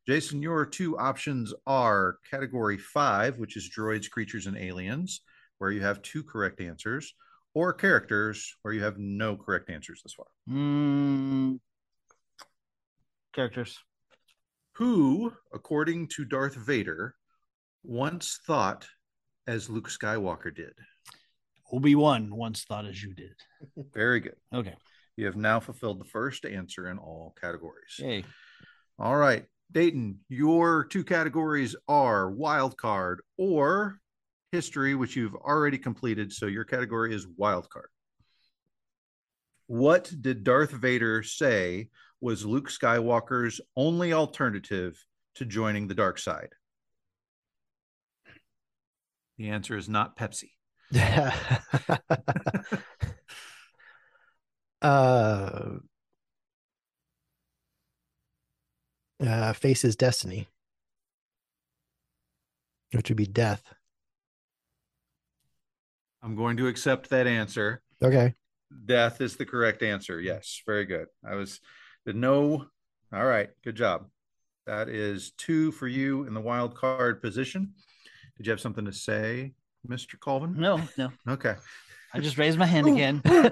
Speaker 5: Jason, your two options are category five, which is droids, creatures, and aliens, where you have two correct answers, or characters, where you have no correct answers this far.
Speaker 1: Mm, characters.
Speaker 5: Who, according to Darth Vader, once thought as Luke Skywalker did?
Speaker 1: Obi Wan once thought as you did.
Speaker 5: Very good.
Speaker 1: Okay.
Speaker 5: You have now fulfilled the first answer in all categories.
Speaker 1: Yay.
Speaker 5: All right, Dayton, your two categories are wild card or history, which you've already completed. So your category is wild card. What did Darth Vader say was Luke Skywalker's only alternative to joining the dark side? The answer is not Pepsi.
Speaker 4: uh, uh, faces destiny, which would be death.
Speaker 5: I'm going to accept that answer.
Speaker 4: Okay.
Speaker 5: Death is the correct answer. Yes, very good. I was the no. All right, good job. That is two for you in the wild card position. Did you have something to say, Mr. Colvin?
Speaker 1: No, no.
Speaker 5: Okay.
Speaker 1: I just raised my hand
Speaker 5: Ooh,
Speaker 1: again.
Speaker 5: ooh,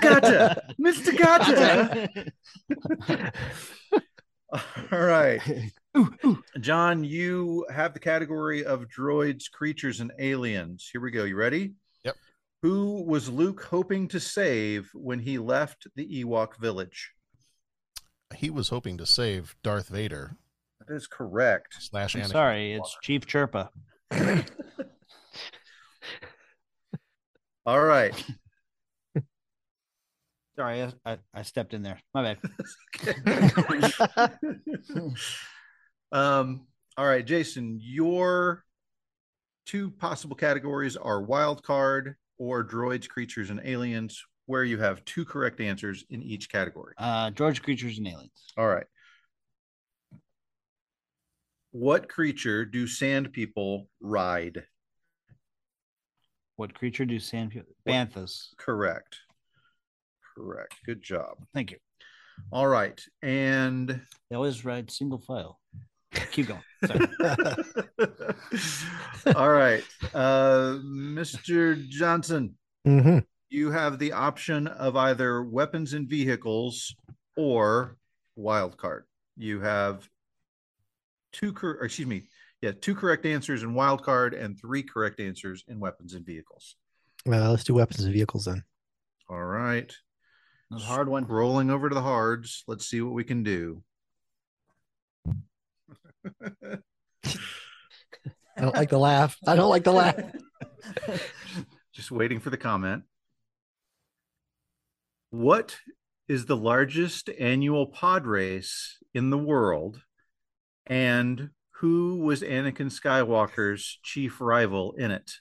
Speaker 5: Gotcha. Mr. Gotcha. All right.
Speaker 1: Ooh, ooh.
Speaker 5: John, you have the category of droids, creatures, and aliens. Here we go. You ready?
Speaker 3: Yep.
Speaker 5: Who was Luke hoping to save when he left the Ewok village?
Speaker 3: He was hoping to save Darth Vader
Speaker 5: That is correct.
Speaker 3: slash
Speaker 1: I'm
Speaker 3: Anakin.
Speaker 1: sorry, it's Chief Chirpa.
Speaker 5: All right.
Speaker 1: Sorry, I, I, I stepped in there. My bad.
Speaker 5: um, all right, Jason, your two possible categories are wild card or droids, creatures, and aliens, where you have two correct answers in each category.
Speaker 1: Uh, George Creatures and Aliens.
Speaker 5: All right. What creature do sand people ride?
Speaker 1: What creature do sand people? Banthas.
Speaker 5: Correct. Correct. Good job.
Speaker 1: Thank you.
Speaker 5: All right. And
Speaker 1: They always ride single file. Keep going. Sorry.
Speaker 4: Mm-hmm.
Speaker 5: All right. Uh, Mr. Johnson,
Speaker 4: hmm
Speaker 5: you have the option of either weapons and vehicles or wild card. You have two, cor- or excuse me, yeah, two correct answers in wild card and three correct answers in weapons and vehicles.
Speaker 4: Well, let's do weapons and vehicles then.
Speaker 5: All right.
Speaker 1: That was a hard one.
Speaker 5: Rolling over to the hards. Let's see what we can do.
Speaker 4: I don't like the laugh. I don't like the laugh.
Speaker 5: Just waiting for the comment. What is the largest annual pod race in the world? And who was Anakin Skywalker's chief rival in it?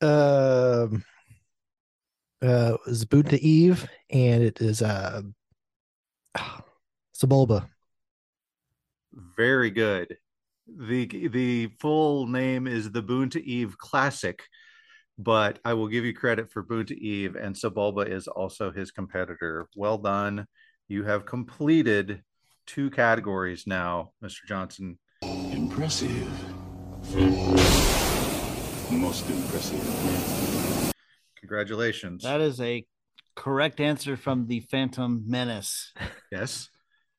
Speaker 4: Um, uh, Zabuta Eve, and it is uh, Sebulba.
Speaker 5: Very good. The the full name is the Boon to Eve Classic, but I will give you credit for Boon to Eve, and Sebulba is also his competitor. Well done. You have completed two categories now, Mr. Johnson.
Speaker 2: Impressive. Most impressive.
Speaker 5: Congratulations.
Speaker 1: That is a correct answer from the Phantom Menace.
Speaker 5: yes.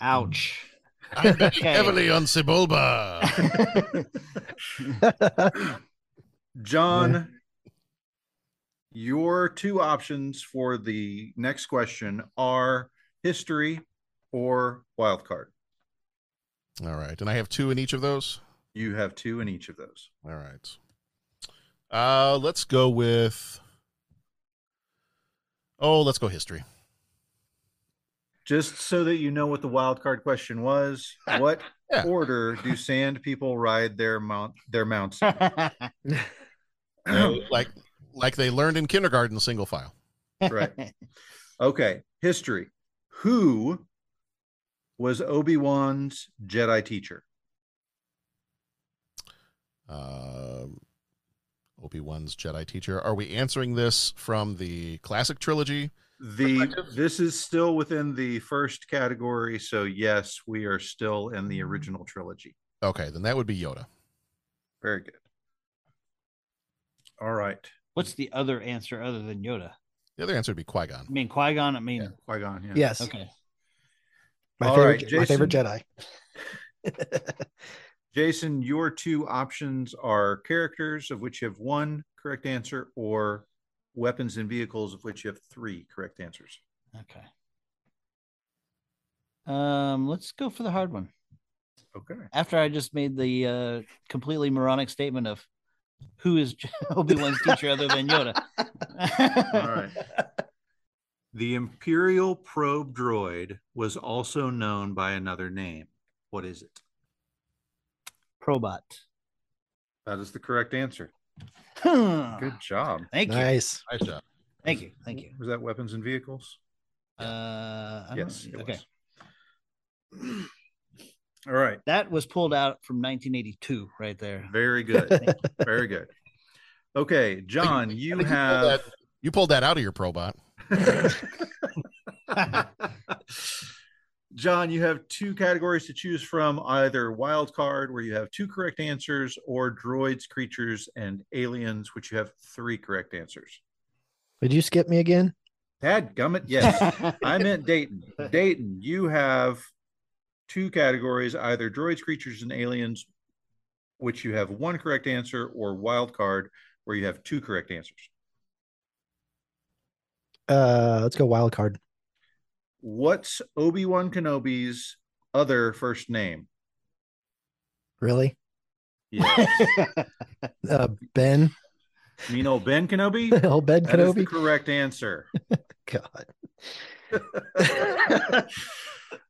Speaker 1: Ouch.
Speaker 3: I bet
Speaker 1: Okay.
Speaker 3: heavily on Sebulba.
Speaker 5: John, your two options for the next question are history or wildcard.
Speaker 3: All right, and I have two in each of those.
Speaker 5: You have two in each of those.
Speaker 3: All right. Uh, let's go with. Oh, let's go history.
Speaker 5: Just so that you know what the wild card question was, what
Speaker 3: Yeah.
Speaker 5: order do sand people ride their mount their mounts? in?
Speaker 1: right.
Speaker 3: like, like they learned in kindergarten, single file.
Speaker 5: Okay, history. Who was Obi-Wan's Jedi teacher?
Speaker 3: Um, Obi Wan's Jedi teacher. Are we answering this from the classic trilogy?
Speaker 5: the
Speaker 3: perspective?
Speaker 5: this is still within the first category so yes we are still in the original trilogy
Speaker 3: Okay, then that would be Yoda.
Speaker 5: very good all right
Speaker 1: What's the other answer other than Yoda?
Speaker 3: The other answer would be Qui
Speaker 1: I
Speaker 3: Gon.
Speaker 1: mean, Qui Gon. I mean,
Speaker 3: Yeah.
Speaker 5: Qui-Gon, yeah.
Speaker 4: Yes,
Speaker 1: okay.
Speaker 4: my
Speaker 5: All
Speaker 4: favorite,
Speaker 5: right,
Speaker 4: my favorite Jedi.
Speaker 5: jason your two options are characters of which you have one correct answer or weapons and vehicles of which you have three correct answers
Speaker 1: Okay. Um, let's go for the hard one.
Speaker 5: okay
Speaker 1: After I just made the uh, completely moronic statement of who is Obi Wan's teacher other than Yoda.
Speaker 5: all right the imperial probe droid was also known by another name what is it
Speaker 1: Probot.
Speaker 5: that is the correct answer good job
Speaker 1: Thank you.
Speaker 4: Nice.
Speaker 3: Nice job.
Speaker 1: Thank you. Ah, Thank you.
Speaker 5: Was that weapons and vehicles?
Speaker 1: Uh, I don't-
Speaker 5: Yes. it
Speaker 1: okay.
Speaker 5: was. All right.
Speaker 1: That was pulled out from 1982, right there.
Speaker 5: Very good. Very good. Okay, John, you
Speaker 3: think you pulled
Speaker 5: have.
Speaker 3: that- You pulled that out of your probot.
Speaker 5: John, you have two categories to choose from either wild card, where you have two correct answers, or droids, creatures, and aliens, which you have three correct answers.
Speaker 4: Did you skip me again?
Speaker 5: Tad Gummit, yes. I meant Dayton. Dayton, you have two categories either droids, creatures, and aliens, which you have one correct answer, or wild card, where you have two correct answers.
Speaker 4: Uh, let's go wild card.
Speaker 5: What's Obi Wan Kenobi's other first name?
Speaker 4: Really?
Speaker 5: Yes.
Speaker 4: Uh, Ben,
Speaker 5: you know Ben Kenobi?
Speaker 4: old Ben
Speaker 5: That is
Speaker 4: Kenobi.
Speaker 5: the correct answer.
Speaker 4: God,
Speaker 5: that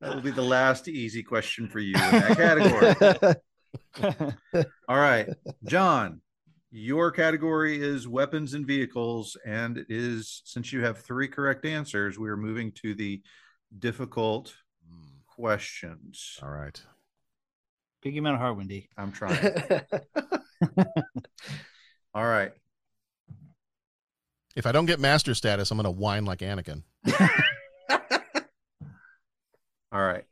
Speaker 5: will be the last easy question for you in that category. All right, John, your category is weapons and vehicles, and it is since you have three correct answers, we are moving to the difficult
Speaker 3: Hmm.
Speaker 5: questions.
Speaker 3: All right.
Speaker 1: Big amount of hard one, D.
Speaker 5: I'm trying. All right,
Speaker 3: If I don't get master status, I'm going to whine like Anakin.
Speaker 5: all right.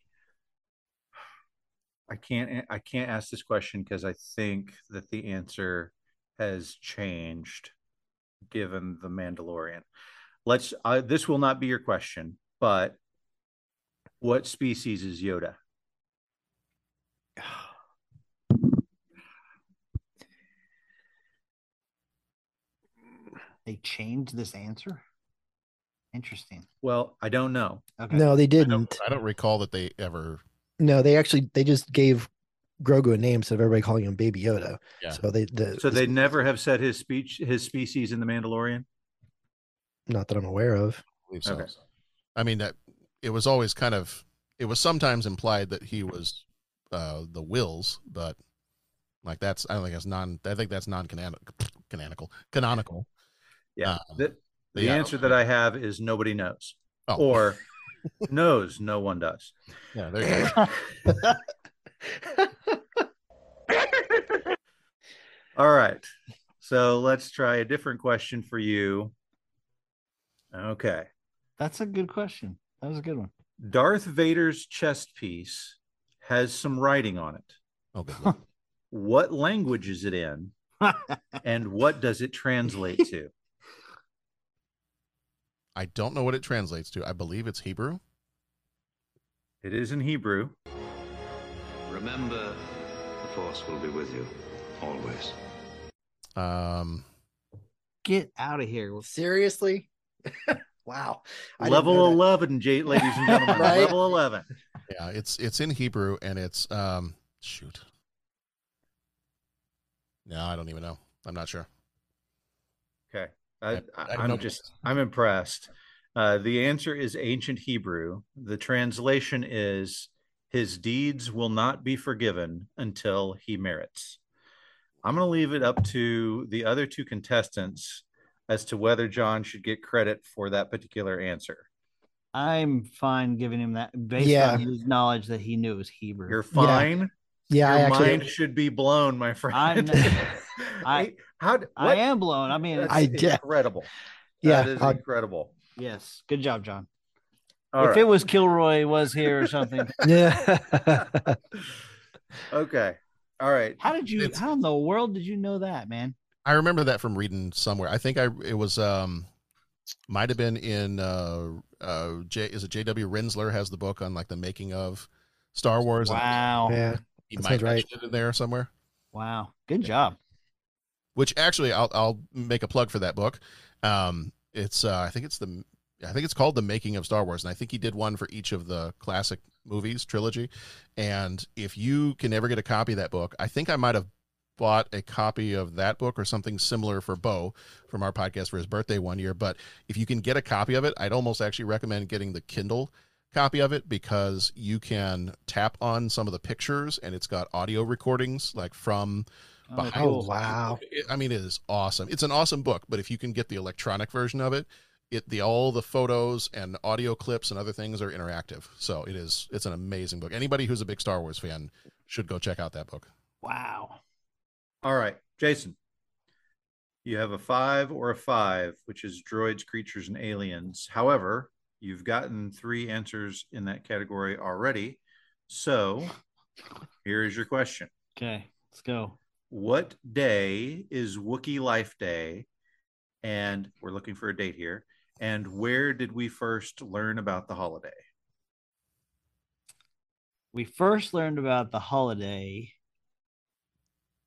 Speaker 5: I can't. I can't ask this question because I think that the answer has changed, given the Mandalorian. Let's. I this will not be your question, but what species is Yoda?
Speaker 1: They changed this answer. Interesting.
Speaker 5: Well, I don't know.
Speaker 1: Okay.
Speaker 4: no, they
Speaker 3: I don't,
Speaker 4: didn't.
Speaker 3: I don't recall that they ever.
Speaker 4: No, they actually they just gave Grogu a name instead of everybody calling him Baby Yoda.
Speaker 3: Yeah.
Speaker 4: So they the,
Speaker 5: So they never have said his speech, his species in the Mandalorian.
Speaker 4: not that I'm aware of.
Speaker 3: believe so.
Speaker 5: Okay.
Speaker 3: I mean that it was always kind of it was sometimes implied that he was uh the wills, but like that's I don't think that's non I think that's non canonical canonical canonical.
Speaker 5: Yeah.
Speaker 3: Um,
Speaker 5: the the
Speaker 3: yeah.
Speaker 5: answer that I have is nobody knows,
Speaker 3: Oh.
Speaker 5: or knows no one does.
Speaker 3: Yeah, there you go.
Speaker 5: All right. So let's try a different question for you. Okay.
Speaker 1: That's a good question. That was a good one.
Speaker 5: Darth Vader's chest piece has some writing on it.
Speaker 3: Oh good lord.
Speaker 5: What language is it in? and what does it translate to?
Speaker 3: I don't know what it translates to. I believe it's Hebrew.
Speaker 5: It is in Hebrew.
Speaker 6: Remember, the Force will be with you always.
Speaker 3: Um
Speaker 1: Get out of here.
Speaker 4: Seriously? wow. I didn't
Speaker 5: level
Speaker 4: know that.
Speaker 5: 11 J- ladies and gentlemen
Speaker 4: Right?
Speaker 5: level 11
Speaker 3: yeah, it's it's in Hebrew and it's um shoot. No, I don't even know. I'm not sure.
Speaker 5: okay I,
Speaker 3: I- I
Speaker 5: I, am
Speaker 3: know.
Speaker 5: just i'm impressed uh, the answer is ancient hebrew the translation is his deeds will not be forgiven until he merits i'm going to leave it up to the other two contestants as to whether john should get credit for that particular answer
Speaker 1: I'm fine giving him that based
Speaker 4: Yeah.
Speaker 1: on his knowledge that he knew it was Hebrew.
Speaker 5: you're fine
Speaker 4: Yeah, I
Speaker 5: your
Speaker 4: actually
Speaker 5: mind should be blown my friend
Speaker 1: I'm- I-
Speaker 5: how d-
Speaker 1: I
Speaker 5: what?
Speaker 1: am blown. I mean,
Speaker 5: That's
Speaker 4: I did.
Speaker 5: incredible
Speaker 4: yeah,
Speaker 5: that is
Speaker 4: I'll-
Speaker 5: incredible
Speaker 1: yes. Good job, John.
Speaker 5: All
Speaker 1: if
Speaker 5: right.
Speaker 1: it was Kilroy was here or something,
Speaker 4: yeah.
Speaker 5: okay. All right.
Speaker 1: how did you?
Speaker 3: It's-
Speaker 1: How in the world did you know that, man?
Speaker 3: I remember that from reading somewhere. I think I it was um might have been in uh uh J is it JW Rinsler has the book on like the making of Star Wars and
Speaker 1: Wow,
Speaker 4: yeah.
Speaker 3: he
Speaker 4: that
Speaker 3: might
Speaker 4: sounds right.
Speaker 3: mention it in there somewhere.
Speaker 1: wow, good job.
Speaker 3: Which actually I'll I'll make a plug for that book. Um it's uh I think it's the I think it's called The Making of Star Wars and I think he did one for each of the classic movies trilogy. And if you can ever get a copy of that book, I think I might have bought a copy of that book or something similar for Bo from our podcast for his birthday one year. But if you can get a copy of it, I'd almost actually recommend getting the Kindle copy of it because you can tap on some of the pictures and it's got audio recordings like from
Speaker 1: Oh,
Speaker 3: behind.
Speaker 1: cool.
Speaker 4: Oh, wow.
Speaker 3: It- I mean, it is awesome. It's an awesome book, but if you can get the electronic version of it, it the all the photos and audio clips and other things are interactive. So it is it's an amazing book. Anybody who's a big Star Wars fan should go check out that book.
Speaker 1: wow.
Speaker 5: All right. Jason, You have a five or a five, which is droids, creatures, and aliens. However, you've gotten three answers in that category already. So here is your question
Speaker 1: Okay, let's go.
Speaker 5: What day is Wookiee Life Day? And we're looking for a date here. And where did we first learn about the holiday?
Speaker 1: We first learned about the holiday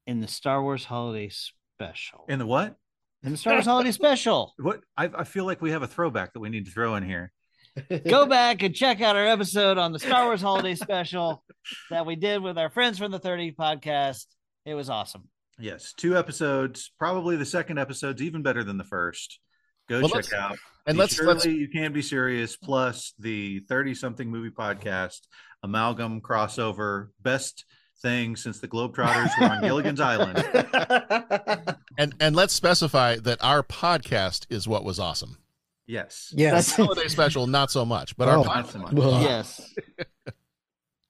Speaker 1: in the Star Wars Holiday Special.
Speaker 5: In the what?
Speaker 1: in the Star Wars Holiday Special.
Speaker 5: What? I, I feel like we have a throwback that we need to throw in here.
Speaker 1: Go back and check out our episode on the Star Wars Holiday Special that we did with our friends from the 30 podcast. It was awesome.
Speaker 5: Yes, two episodes. Probably the second episode's even better than the first. Go
Speaker 3: Well,
Speaker 5: check
Speaker 3: let's-
Speaker 5: out.
Speaker 3: And
Speaker 5: the
Speaker 3: let's
Speaker 5: surely
Speaker 3: let's
Speaker 5: you can be serious. Plus the thirty-something movie podcast amalgam crossover best thing since the Globetrotters were on Gilligan's Island.
Speaker 3: and and let's specify that our podcast is what was awesome.
Speaker 5: Yes.
Speaker 4: yes.
Speaker 3: Holiday special, not so much, but
Speaker 4: Oh.
Speaker 3: our
Speaker 5: Not so
Speaker 3: podcast
Speaker 5: much.
Speaker 4: Well,
Speaker 1: Yes.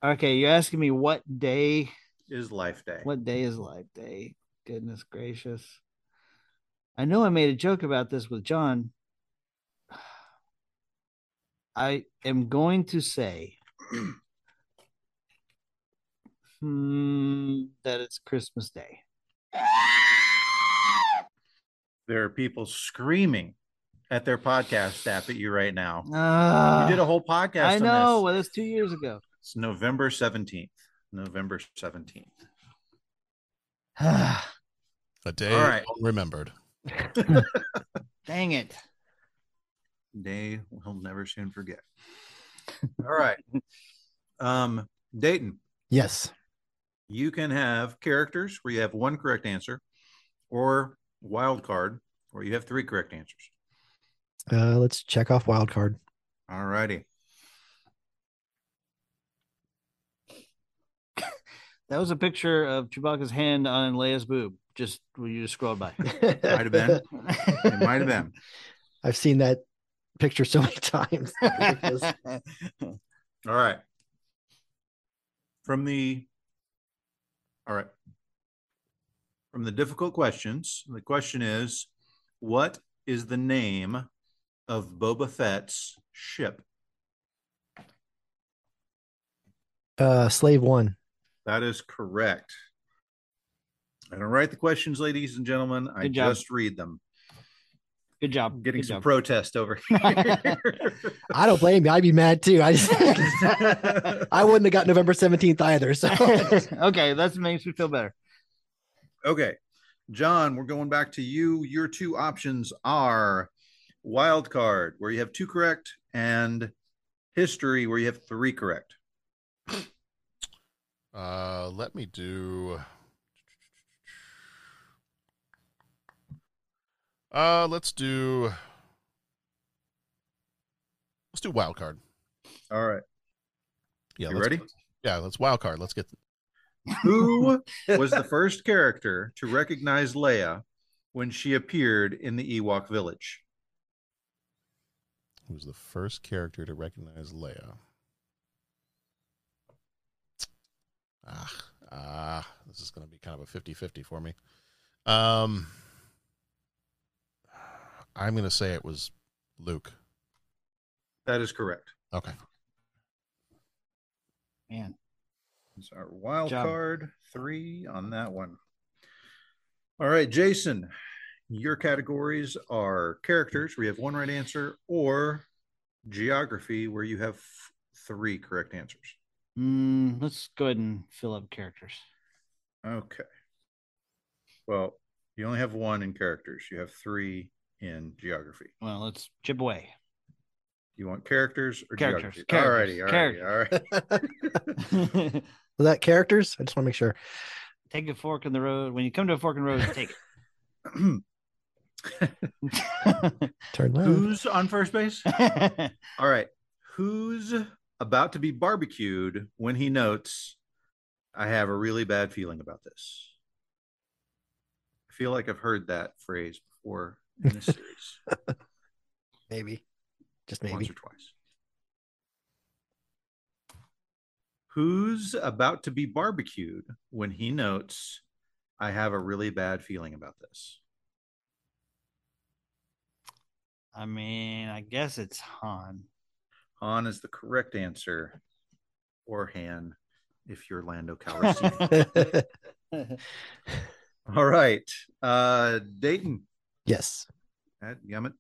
Speaker 1: Okay, you're asking me what day
Speaker 5: Is Life Day.
Speaker 1: What day is Life Day? Goodness gracious. I know I made a joke about this with John. I am going to say hmm, that it's Christmas Day.
Speaker 5: There are people screaming at their podcast app at you right now.
Speaker 1: Ah,
Speaker 3: Uh,
Speaker 5: you did a whole podcast.
Speaker 1: I
Speaker 5: on
Speaker 1: know.
Speaker 5: this.
Speaker 1: Well, that's two years ago.
Speaker 5: It's November 17th. November 17th.
Speaker 1: Dang
Speaker 3: a day
Speaker 5: All right.
Speaker 3: remembered.
Speaker 1: it.
Speaker 5: Day we'll never soon forget. All right. Um, Dayton,
Speaker 4: Yes.
Speaker 5: you can have characters where you have one correct answer or wild card where you have three correct answers.
Speaker 4: Uh, let's check off wild card.
Speaker 5: All righty.
Speaker 1: That was a picture of Chewbacca's hand on Leia's boob. Just well, you just scrolled by.
Speaker 4: Might
Speaker 5: Might have been. It might have been.
Speaker 4: I've seen that picture so many times. Ridiculous.
Speaker 5: All right. From the all right. From the difficult questions, the question is what is the name of Boba Fett's ship?
Speaker 4: uh, slave one.
Speaker 5: That is correct. I don't write the questions, ladies and gentlemen. I
Speaker 1: Good job.
Speaker 5: just read them.
Speaker 1: Good
Speaker 5: I'm
Speaker 1: job.
Speaker 5: getting
Speaker 1: Good
Speaker 5: some
Speaker 1: job.
Speaker 5: protest over here.
Speaker 4: I don't blame you. I'd be mad too. I just, I wouldn't have got November 17th either. So
Speaker 1: okay, that makes me feel better.
Speaker 5: Okay. John, we're going back to you. Your two options are wild card, where you have two correct, and history, where you have three correct.
Speaker 3: Uh, let me do. Uh, let's do. Let's do wild card.
Speaker 5: All right.
Speaker 3: Yeah,
Speaker 5: You
Speaker 3: let's-
Speaker 5: ready?
Speaker 3: Yeah, let's wild card. Let's get
Speaker 5: Who was the first character to recognize Leia when she appeared in the Ewok village?
Speaker 3: who's the first character to recognize Leia. Ah, ah, this is going to be kind of a 50-50 for me. Um, I'm going to say it was Luke.
Speaker 5: That is correct.
Speaker 3: Okay.
Speaker 1: Man,
Speaker 5: It's our wild
Speaker 1: job.
Speaker 5: card three on that one. All right, Jason, your categories are characters where you have one right answer or geography where you have f- three correct answers.
Speaker 1: mm, let's go ahead and fill up characters.
Speaker 5: Okay. Well, you only have one in characters, you have three in geography.
Speaker 1: Well, let's chip away.
Speaker 5: You want characters or
Speaker 1: Characters,
Speaker 5: geography? All righty,
Speaker 1: characters,
Speaker 5: all righty, all right.
Speaker 1: take
Speaker 4: was that characters? I just want to make sure.
Speaker 1: a fork in the road. When you come to a fork in the road, take
Speaker 4: Turn left.
Speaker 5: Who's on first base?
Speaker 1: it.
Speaker 5: All right. Who's about to be barbecued when he notes, I have a really bad feeling about this? I feel like I've heard that phrase before in this series
Speaker 4: Maybe. Just
Speaker 5: once
Speaker 4: maybe.
Speaker 5: or twice. Who's about to be barbecued when he notes, I have a really bad feeling about this?
Speaker 1: I mean, I guess it's Han.
Speaker 5: Han is the correct answer, or Han, if you're Lando Calrissian. All right, uh, Dayton
Speaker 4: yes.
Speaker 5: at Yemen.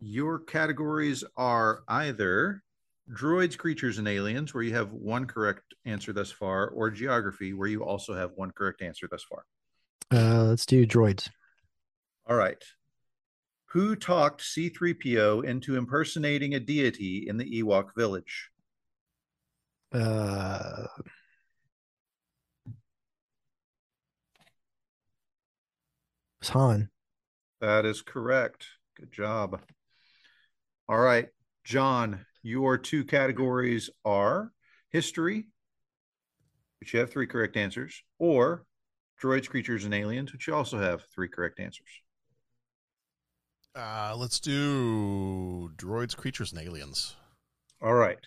Speaker 5: Your categories are either droids, creatures, and aliens, where you have one correct answer thus far, or geography, where you also have one correct answer thus far.
Speaker 4: Uh, let's do droids.
Speaker 5: All right. Who talked C3PO into impersonating a deity in the Ewok village?
Speaker 4: Uh, it's Han.
Speaker 5: That is correct. Good job. All right, John, your two categories are history, which you have three correct answers, or droids, creatures, and aliens, which you also have three correct answers.
Speaker 3: Uh, let's do droids, creatures, and aliens.
Speaker 5: All right.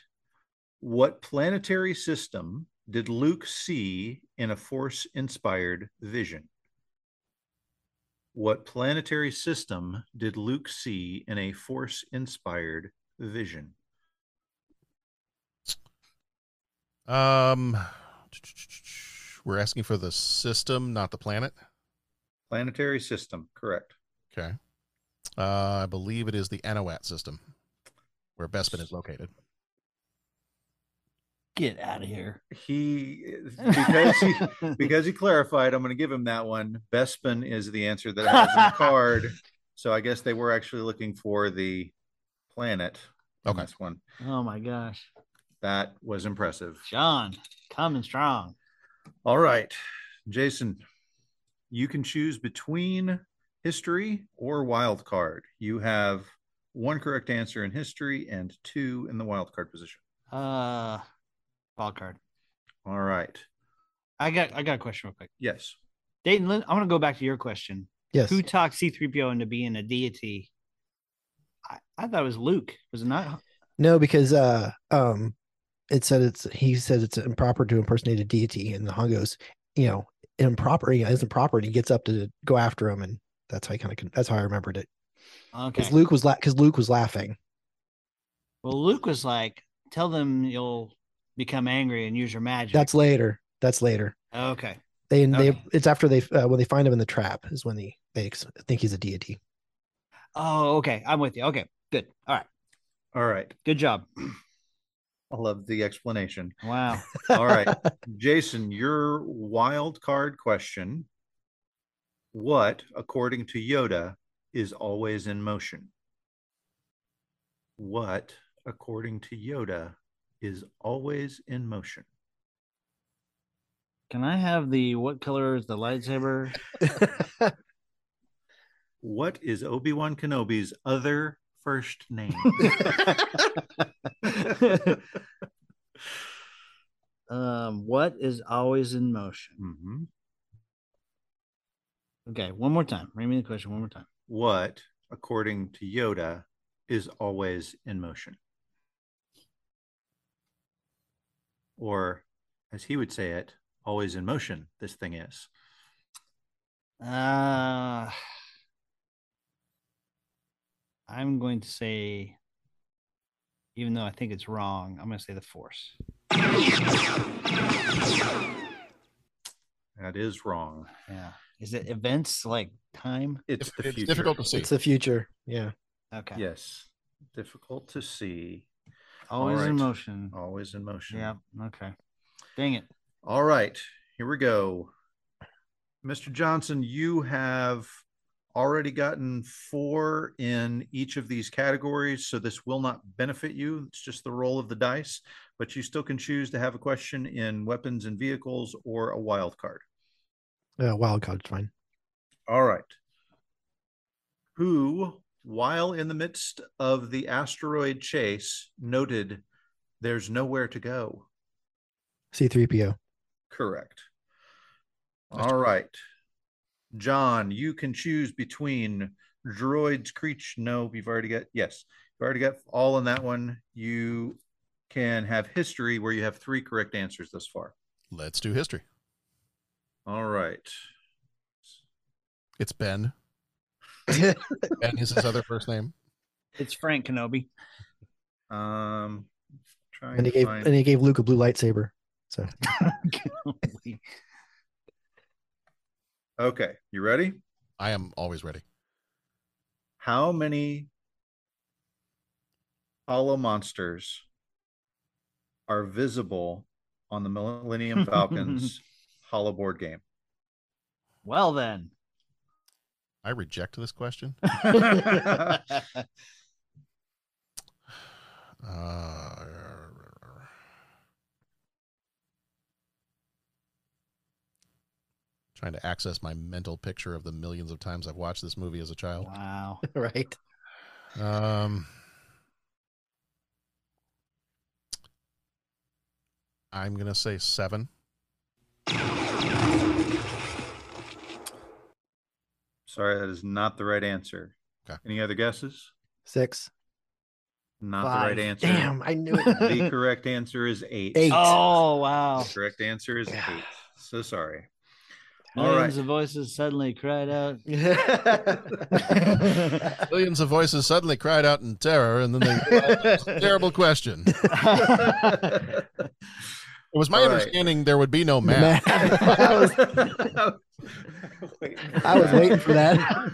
Speaker 5: What planetary system did Luke see in a force inspired vision? What planetary system did Luke see in a force inspired vision?
Speaker 3: Um, we're asking for the system, not the planet.
Speaker 5: Planetary system, correct.
Speaker 3: Okay. Uh, I believe it is the Anowat system, where Bespin is located.
Speaker 1: Get out of here.
Speaker 5: He because he because he clarified, I'm going to give him that one. Bespin is the answer that it has in the card. So I guess they were actually looking for the planet. in
Speaker 3: Okay.
Speaker 5: This one.
Speaker 1: oh my gosh.
Speaker 5: That was impressive.
Speaker 1: John, coming strong.
Speaker 5: All right, Jason, you can choose between history or wild card. You have one correct answer in history and two in the wild card position.
Speaker 1: Uh wild card.
Speaker 5: All right.
Speaker 1: I got I got a question real quick.
Speaker 5: Yes.
Speaker 1: Dayton Lynn, I want to go back to your question.
Speaker 4: Yes.
Speaker 1: Who talked C3PO into being a deity? I, I thought it was Luke. Was it not?
Speaker 4: No, because uh um it said it's he says it's improper to impersonate a deity and the Han goes, you know, improper you know, isn't proper and he gets up to go after him and that's how I kind of that's how I remembered it.
Speaker 1: Okay.
Speaker 4: Because Luke was la- cuz Luke was laughing.
Speaker 1: well, Luke was like, tell them you'll become angry and use your magic.
Speaker 4: That's later. That's later.
Speaker 1: okay.
Speaker 4: They and they
Speaker 1: Okay.
Speaker 4: it's after they uh, when they find him in the trap is when they they ex- think he's a deity.
Speaker 1: Oh, okay. I'm with you. Okay. Good. All right.
Speaker 5: All right.
Speaker 1: Good job.
Speaker 5: I love the explanation.
Speaker 1: Wow.
Speaker 5: All right. Jason, your wild card question What, according to Yoda, is always in motion? What, according to Yoda, is always in motion?
Speaker 1: Can I have the what color is the lightsaber?
Speaker 5: What is Obi Wan Kenobi's other first name?
Speaker 1: Um, what is always in motion?
Speaker 5: Mhm.
Speaker 1: Okay, one more time. Read me the question one more time.
Speaker 5: What, according to Yoda, is always in motion? Or, as he would say it, always in motion, this thing is.
Speaker 1: Uh, I'm going to say, even though I think it's wrong, I'm going to say the force.
Speaker 5: That is wrong.
Speaker 1: Yeah. Is it events like time?
Speaker 5: It's the
Speaker 3: it's
Speaker 5: future.
Speaker 3: difficult to see.
Speaker 4: it's the future. Yeah.
Speaker 1: Okay.
Speaker 5: Yes. Difficult to see,
Speaker 1: Always
Speaker 5: All
Speaker 1: in
Speaker 5: right.
Speaker 1: motion.
Speaker 5: always in motion.
Speaker 1: Yeah. Okay. Dang it.
Speaker 5: All right, here we go. Mr. Johnson, you have already gotten four in each of these categories, so this will not benefit you. It's just the roll of the dice, but you still can choose to have a question in weapons and vehicles or a wild card.
Speaker 4: Uh, wild card's fine.
Speaker 5: All right. Who, while in the midst of the asteroid chase, noted there's nowhere to go?
Speaker 4: C3PO.
Speaker 5: Correct.
Speaker 3: That's
Speaker 5: All right. John, you can choose between droids, creature. No, you've already got, yes, you've already got all on that one. You can have history where you have three correct answers thus far.
Speaker 3: Let's do history.
Speaker 5: All right.
Speaker 3: It's Ben. and is his other first name?
Speaker 1: It's Frank Kenobi.
Speaker 5: Um, trying
Speaker 4: and he
Speaker 5: to
Speaker 4: gave
Speaker 5: find-
Speaker 4: and he gave Luke a blue lightsaber. So
Speaker 1: Kenobi.
Speaker 5: okay, you ready?
Speaker 3: I am always ready.
Speaker 5: How many hollow monsters are visible on the Millennium Falcon's hollow board game?
Speaker 1: well then.
Speaker 3: I reject this question. Uh, trying to access my mental picture of the millions of times I've watched this movie as a child.
Speaker 1: wow.
Speaker 4: right.
Speaker 3: Um, I'm gonna say seven.
Speaker 5: Sorry, that is not the right answer.
Speaker 3: Okay.
Speaker 5: Any other guesses?
Speaker 4: Six.
Speaker 5: Not
Speaker 4: five.
Speaker 5: the right answer.
Speaker 4: Damn, I knew it.
Speaker 5: The correct answer is eight.
Speaker 4: Eight.
Speaker 1: Oh wow.
Speaker 5: The correct answer is eight. So sorry. All right.
Speaker 1: Millions of voices suddenly cried out. Oh,
Speaker 3: Millions of voices suddenly cried out in terror, and then they terrible question. It was my
Speaker 5: All right.
Speaker 3: understanding there would be no math.
Speaker 4: Math. I was-
Speaker 5: Waiting for
Speaker 4: I was
Speaker 5: that.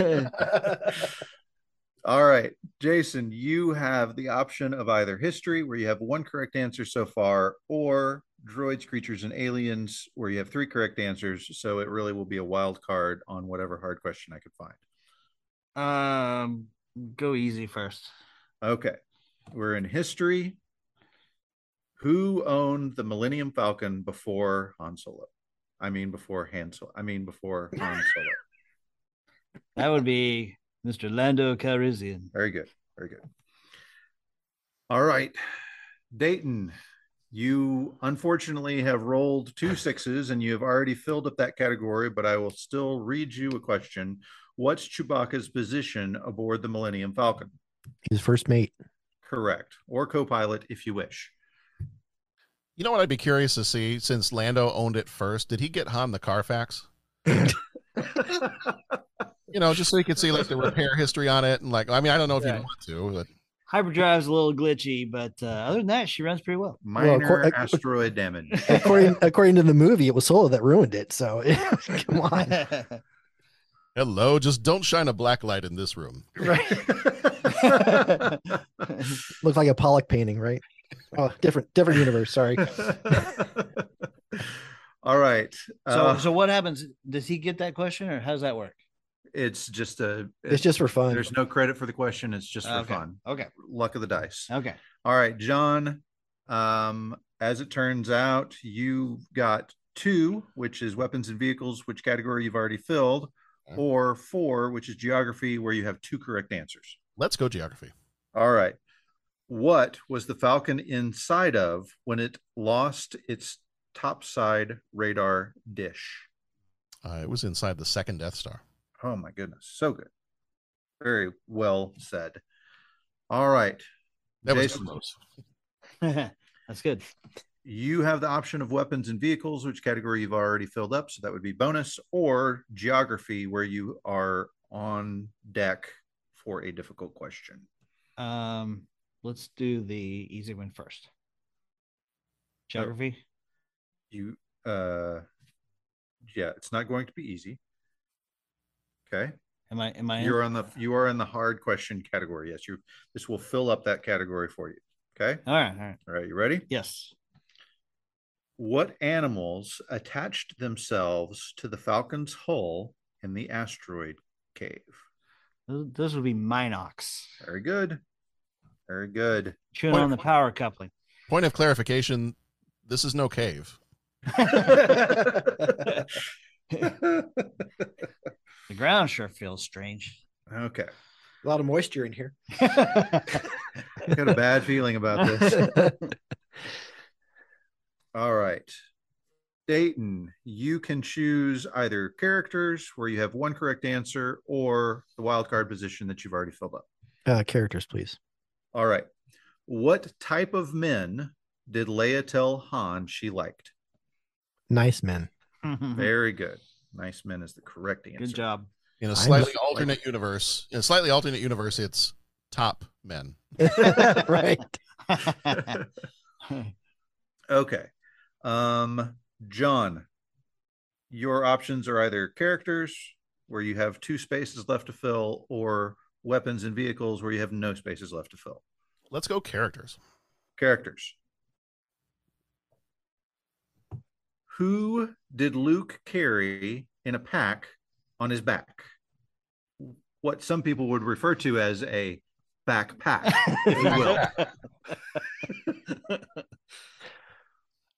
Speaker 4: waiting for
Speaker 5: All right, Jason, you have the option of either history, where you have one correct answer so far, or droids, creatures, and aliens, where you have three correct answers. So it really will be a wild card on whatever hard question I could find.
Speaker 1: um go easy first.
Speaker 5: Okay, we're in history. Who owned the Millennium Falcon before Han Solo? I mean, before Han Solo. I mean, before Han Solo.
Speaker 1: That would be Mr. Lando Calrissian.
Speaker 5: Very good. Very good. All right. Dayton, you unfortunately have rolled two sixes and you have already filled up that category, but I will still read you a question. What's Chewbacca's position aboard the Millennium Falcon?
Speaker 4: His first mate.
Speaker 5: Correct. Or co pilot if you wish.
Speaker 3: You know what I'd be curious to see since Lando owned it first. Did he get Han the Carfax? You know, just so you could see like the repair history on it, and like I mean, I don't know if
Speaker 1: Right.
Speaker 3: you'd want to, but
Speaker 1: Hyperdrive's a little glitchy, but uh, other than that, she runs pretty well.
Speaker 5: Minor
Speaker 4: cour- I-
Speaker 5: asteroid damage.
Speaker 4: According according to the movie, it was Solo that ruined it. So come on.
Speaker 3: hello, just don't shine a black light in this room.
Speaker 4: Looked like a Pollock painting, right? Oh, different different universe. Sorry.
Speaker 5: All right.
Speaker 1: So,
Speaker 5: Uh,
Speaker 1: so what happens? Does he get that question, or how does that work?
Speaker 5: it's just a.
Speaker 4: It's just for fun.
Speaker 5: There's no credit for the question. It's just for
Speaker 1: Okay.
Speaker 5: fun.
Speaker 1: Okay,
Speaker 5: Luck of the dice.
Speaker 1: okay.
Speaker 5: All right, John. Um, as it turns out, you got two, which is weapons and vehicles, which category you've already filled,
Speaker 3: Okay.
Speaker 5: or four, which is geography, where you have two correct answers.
Speaker 3: Let's go geography.
Speaker 5: All right. What was the Falcon inside of when it lost its topside radar dish?
Speaker 3: Uh, it was inside the second Death Star.
Speaker 5: Oh my goodness, so good. Very well said. All right.
Speaker 3: That
Speaker 5: Jason.
Speaker 3: was close.
Speaker 1: That's good.
Speaker 5: You have the option of weapons and vehicles, which category you've already filled up. So that would be bonus or geography, where you are on deck for a difficult question.
Speaker 1: Um, let's do the easy one first. Geography.
Speaker 5: You, uh, yeah, it's not going to be easy. Okay.
Speaker 1: Am I? Am I? in?
Speaker 5: You're on the, you are in the hard question category. Yes. You, this will fill up that category for you. Okay.
Speaker 1: All right. All right.
Speaker 5: All right. You ready?
Speaker 1: Yes.
Speaker 5: What animals attached themselves to the Falcon's hull in the asteroid cave?
Speaker 1: Th- Those would be Minox.
Speaker 5: Very good. Very good.
Speaker 1: Chewing
Speaker 3: Point-
Speaker 1: on the power coupling.
Speaker 3: Point of clarification: this is no cave.
Speaker 5: okay.
Speaker 1: The ground sure feels strange.
Speaker 4: A lot of moisture in here.
Speaker 5: I got a bad feeling about this. All right. Dayton, you can choose either characters where you have one correct answer or the wild card position that you've already filled up.
Speaker 4: Uh, characters, please.
Speaker 5: All right. What type of men did Leia tell Han she liked?
Speaker 4: Nice men.
Speaker 1: Good
Speaker 5: Very good. Nice men is the correct answer.
Speaker 1: Mm-hmm. job.
Speaker 3: in a
Speaker 4: I'm
Speaker 3: slightly
Speaker 4: just-
Speaker 3: alternate universe. In a slightly alternate universe, it's top men.
Speaker 4: right.
Speaker 5: Okay. Um, John, your options are either characters where you have two spaces left to fill or weapons and vehicles where you have no spaces left to fill.
Speaker 3: Let's go characters.
Speaker 5: Characters. Who did Luke carry in a pack on his back? What some people would refer to as a backpack, if you will.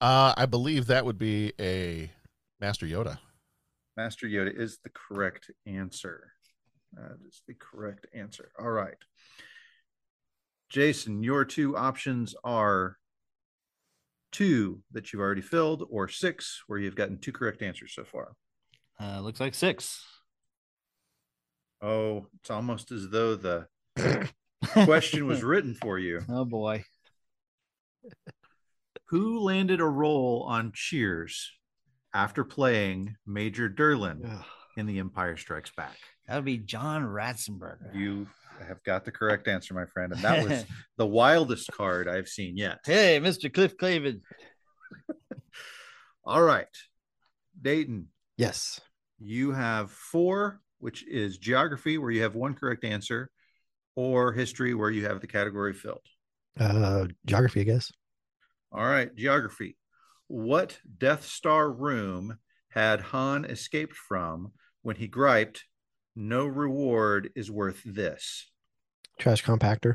Speaker 3: Uh, I believe that would be a Master Yoda.
Speaker 5: Master Yoda is the correct answer. That is the correct answer. All right. Jason, your two options are two that you've already filled, or six where you've gotten two correct answers so far.
Speaker 1: Uh, looks like six.
Speaker 5: Oh, it's almost as though the question was written for you.
Speaker 1: oh boy.
Speaker 5: Who landed a role on Cheers after playing Major Derlin
Speaker 1: Ugh.
Speaker 5: in The Empire Strikes Back?
Speaker 1: That would be John Ratzenberger.
Speaker 5: You have got the correct answer, my friend. And that was the wildest card I've seen yet.
Speaker 1: hey, Mr. Cliff Clavin.
Speaker 5: All right. Dayton,
Speaker 4: Yes.
Speaker 5: you have four, which is geography, where you have one correct answer, or history, where you have the category filled.
Speaker 4: Uh, geography, I guess.
Speaker 5: All right. Geography. What Death Star room had Han escaped from when he griped, No reward is worth this?
Speaker 4: Trash compactor.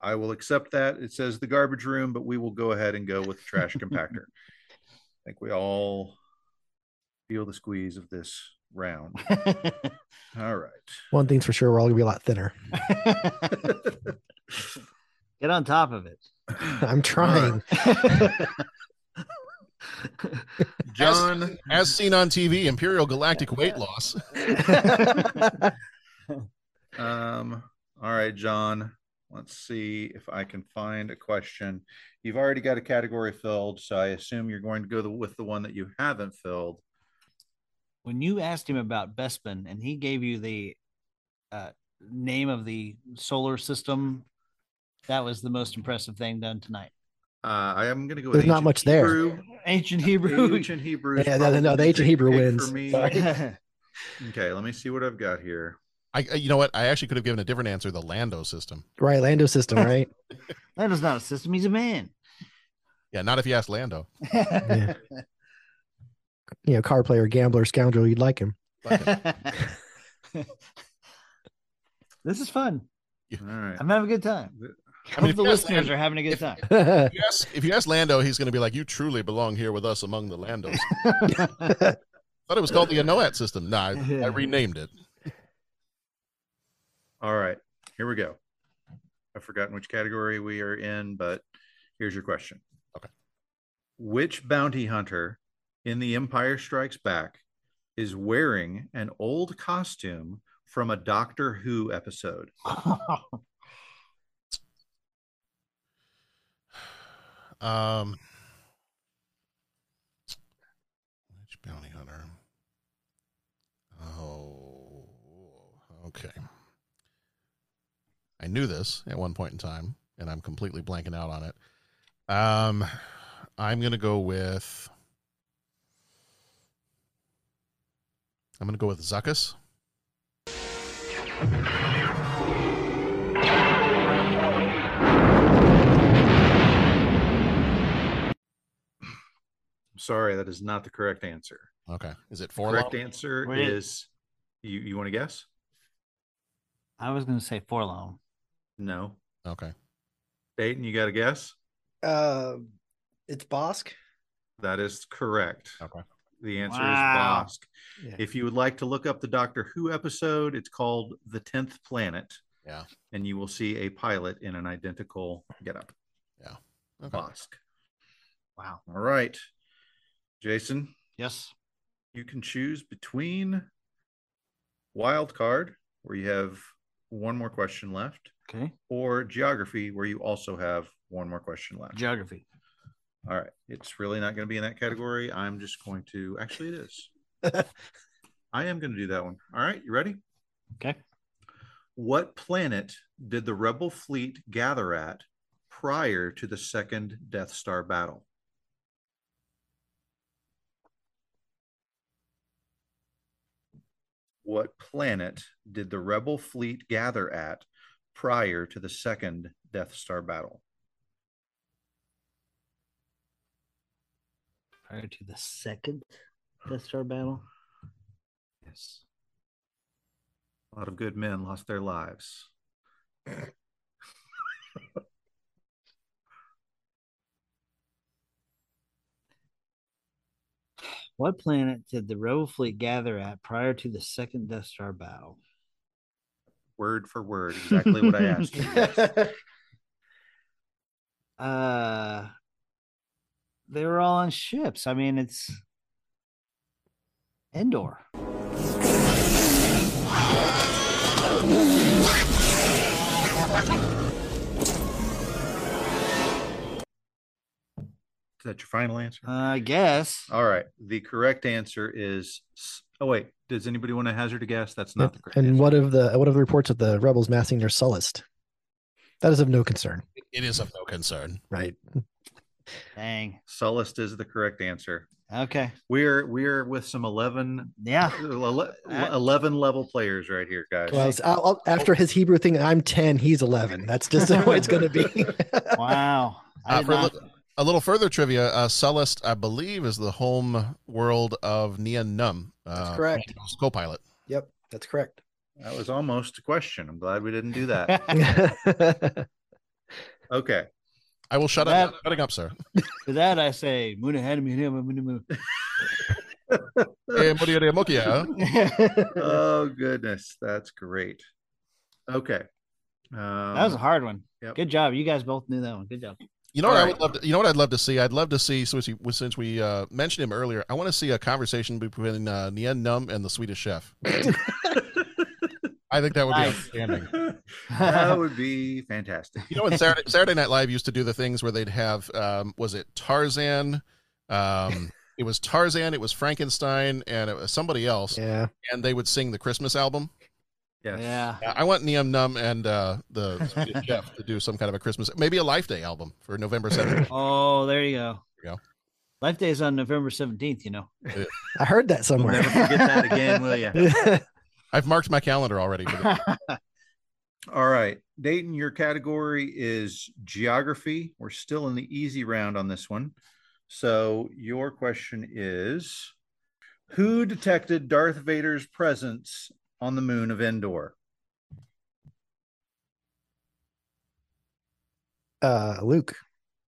Speaker 5: I will accept that. It says the garbage room, but we will go ahead and go with trash compactor. I think we all feel the squeeze of this round. All right.
Speaker 4: One thing's for sure, we're all gonna be a lot thinner.
Speaker 1: Get on top of it.
Speaker 4: I'm trying.
Speaker 5: John,
Speaker 3: As seen on TV, Imperial Galactic weight loss.
Speaker 5: um, all right, John. Let's see if I can find a question. You've already got a category filled, so I assume you're going to go the, with the one that you haven't filled.
Speaker 1: when you asked him about Bespin and he gave you the uh, name of the solar system, that was the most impressive thing done tonight.
Speaker 5: Uh, I am going to go.
Speaker 4: There's
Speaker 5: with
Speaker 4: not
Speaker 5: ancient
Speaker 4: much there.
Speaker 5: Hebrew.
Speaker 1: Ancient Hebrew.
Speaker 5: Ancient Hebrew. is
Speaker 4: yeah, no, no, the
Speaker 5: probably
Speaker 4: ancient Hebrew
Speaker 5: pick
Speaker 4: wins.
Speaker 5: For me.
Speaker 4: Sorry.
Speaker 5: Okay, let me see what I've got here.
Speaker 3: I, I- you know what? I actually could have given a different answer. The Lando system.
Speaker 4: Right, Lando system, right?
Speaker 1: That is not a system. He's a man.
Speaker 3: Yeah, not if you ask Lando.
Speaker 4: yeah. You know, car player, gambler, scoundrel, you'd like him.
Speaker 3: Fuck it.
Speaker 1: this is fun.
Speaker 5: All right.
Speaker 1: I'm having a good time. I
Speaker 3: mean,
Speaker 1: hope
Speaker 3: if
Speaker 1: the
Speaker 3: you ask
Speaker 1: listeners
Speaker 3: Lando-
Speaker 1: are having a good time.
Speaker 4: yeah,
Speaker 3: If you, ask, if you ask Lando, he's going to be like, "You truly belong here with us among the Landos." Thought it was called the Anoat system. Nah, I, I renamed it.
Speaker 5: All right. Here we go. I've forgotten which category we are in, but here's your question.
Speaker 3: Okay.
Speaker 5: Which bounty hunter in The Empire Strikes Back is wearing an old costume from a Doctor Who episode?
Speaker 3: Um, which bounty hunter? Oh, okay. I knew this at one point in time, and I'm completely blanking out on it. Um, I'm gonna go with. I'm gonna go with Zuckus.
Speaker 5: I'm sorry, that is not the correct answer.
Speaker 3: Okay, is it four?
Speaker 5: Correct answer
Speaker 1: Wait.
Speaker 5: is you you want to guess?
Speaker 1: I was going to say Forlone.
Speaker 5: No.
Speaker 3: Okay,
Speaker 5: Dayton, you got a guess?
Speaker 4: uh, it's Bosk.
Speaker 5: That is correct.
Speaker 3: Okay.
Speaker 5: The answer
Speaker 1: Wow.
Speaker 5: is Bosk.
Speaker 4: Yeah.
Speaker 5: If you would like to look up the Doctor Who episode, it's called The Tenth Planet.
Speaker 3: Yeah.
Speaker 5: And you will see a pilot in an identical getup.
Speaker 3: okay.
Speaker 5: Bosk.
Speaker 1: Wow.
Speaker 5: All right. Jason,
Speaker 1: Yes.
Speaker 5: you can choose between wild card, where you have one more question left,
Speaker 1: Okay.
Speaker 5: or geography, where you also have one more question left.
Speaker 1: Geography.
Speaker 5: All right. It's really not going to be in that category. I'm just going to actually it is. I am going to do that one. All right, you ready?
Speaker 1: Okay.
Speaker 5: What planet did the Rebel fleet gather at prior to the second Death Star battle? What planet did the Rebel fleet gather at prior to the second Death Star battle?
Speaker 1: Prior to the second Death Star battle.
Speaker 5: Yes. A lot of good men lost their lives.
Speaker 1: What planet did the Rebel fleet gather at prior to the second Death Star battle?
Speaker 5: Word for word, exactly what I asked. you. Yes.
Speaker 1: Uh, they were all on ships. I mean, it's Endor.
Speaker 5: Is that your final answer?
Speaker 1: I guess.
Speaker 5: All right. The correct answer is. s- Oh wait. Does anybody want to hazard a guess? That's not the correct.
Speaker 4: And
Speaker 5: answer.
Speaker 4: what of the what of the reports of the rebels massing near Sullust? That is of no concern,
Speaker 3: It is of no concern.
Speaker 4: right?
Speaker 1: Dang.
Speaker 5: Sullust is the correct answer.
Speaker 1: Okay.
Speaker 5: We're we're with some 11,
Speaker 1: Yeah.
Speaker 5: ele-
Speaker 1: That-
Speaker 5: 11 level players right here, guys.
Speaker 4: Ah. Well, it's- I'll- I'll- after his Hebrew thing, I'm ten. He's eleven. That's just the way it's going to be.
Speaker 1: Wow. I
Speaker 3: Uh,
Speaker 1: did
Speaker 3: for a
Speaker 1: not-
Speaker 3: little- A little further trivia: uh, Sullust, I believe, is the home world of Nia Num.
Speaker 4: That's
Speaker 3: Uh,
Speaker 4: correct.
Speaker 3: Marvel's co-pilot.
Speaker 4: Yep, that's correct.
Speaker 5: That was almost a question. I'm glad we didn't do that. okay.
Speaker 3: I will shut
Speaker 1: That-
Speaker 3: up. Shutting up, sir.
Speaker 1: to that, I say, Muna had me him, Muna Muna.
Speaker 3: Eh, Moria de Mokia.
Speaker 4: that
Speaker 5: Oh goodness, that's great. Okay. Um,
Speaker 1: That was a hard one.
Speaker 5: Yep.
Speaker 1: Good job. You guys both knew that one. Good job.
Speaker 3: You know what I
Speaker 5: All
Speaker 3: would love. To, you know what I'd love to see. I'd love to see since we since we uh, mentioned him earlier. I want to see a conversation between uh, Nia Num and the Swedish chef. I think that would be
Speaker 1: Nice.
Speaker 3: outstanding.
Speaker 5: that would be fantastic.
Speaker 3: You know, when Saturday, Saturday Night Live used to do the things where they'd have, um, was it Tarzan? Um, it was Tarzan, it was Frankenstein, and it was somebody else,
Speaker 4: yeah.
Speaker 3: and they would sing the Christmas album.
Speaker 5: Yes.
Speaker 1: Yeah.
Speaker 3: Uh, I want Neum Num and uh, the Swedish Chef to do some kind of a Christmas, maybe a Life Day album for November 7th.
Speaker 1: Oh, there you go.
Speaker 3: There you go.
Speaker 1: Life Day is on November 17th, you know.
Speaker 4: I heard that
Speaker 5: You'll
Speaker 4: somewhere.
Speaker 5: never forget that again, will you?
Speaker 3: I've marked my calendar already. For the,
Speaker 5: All right. Dayton, your category is geography. We're still in the easy round on this one. So your question is Who detected Darth Vader's presence on the moon of Endor?
Speaker 4: uh, Luke.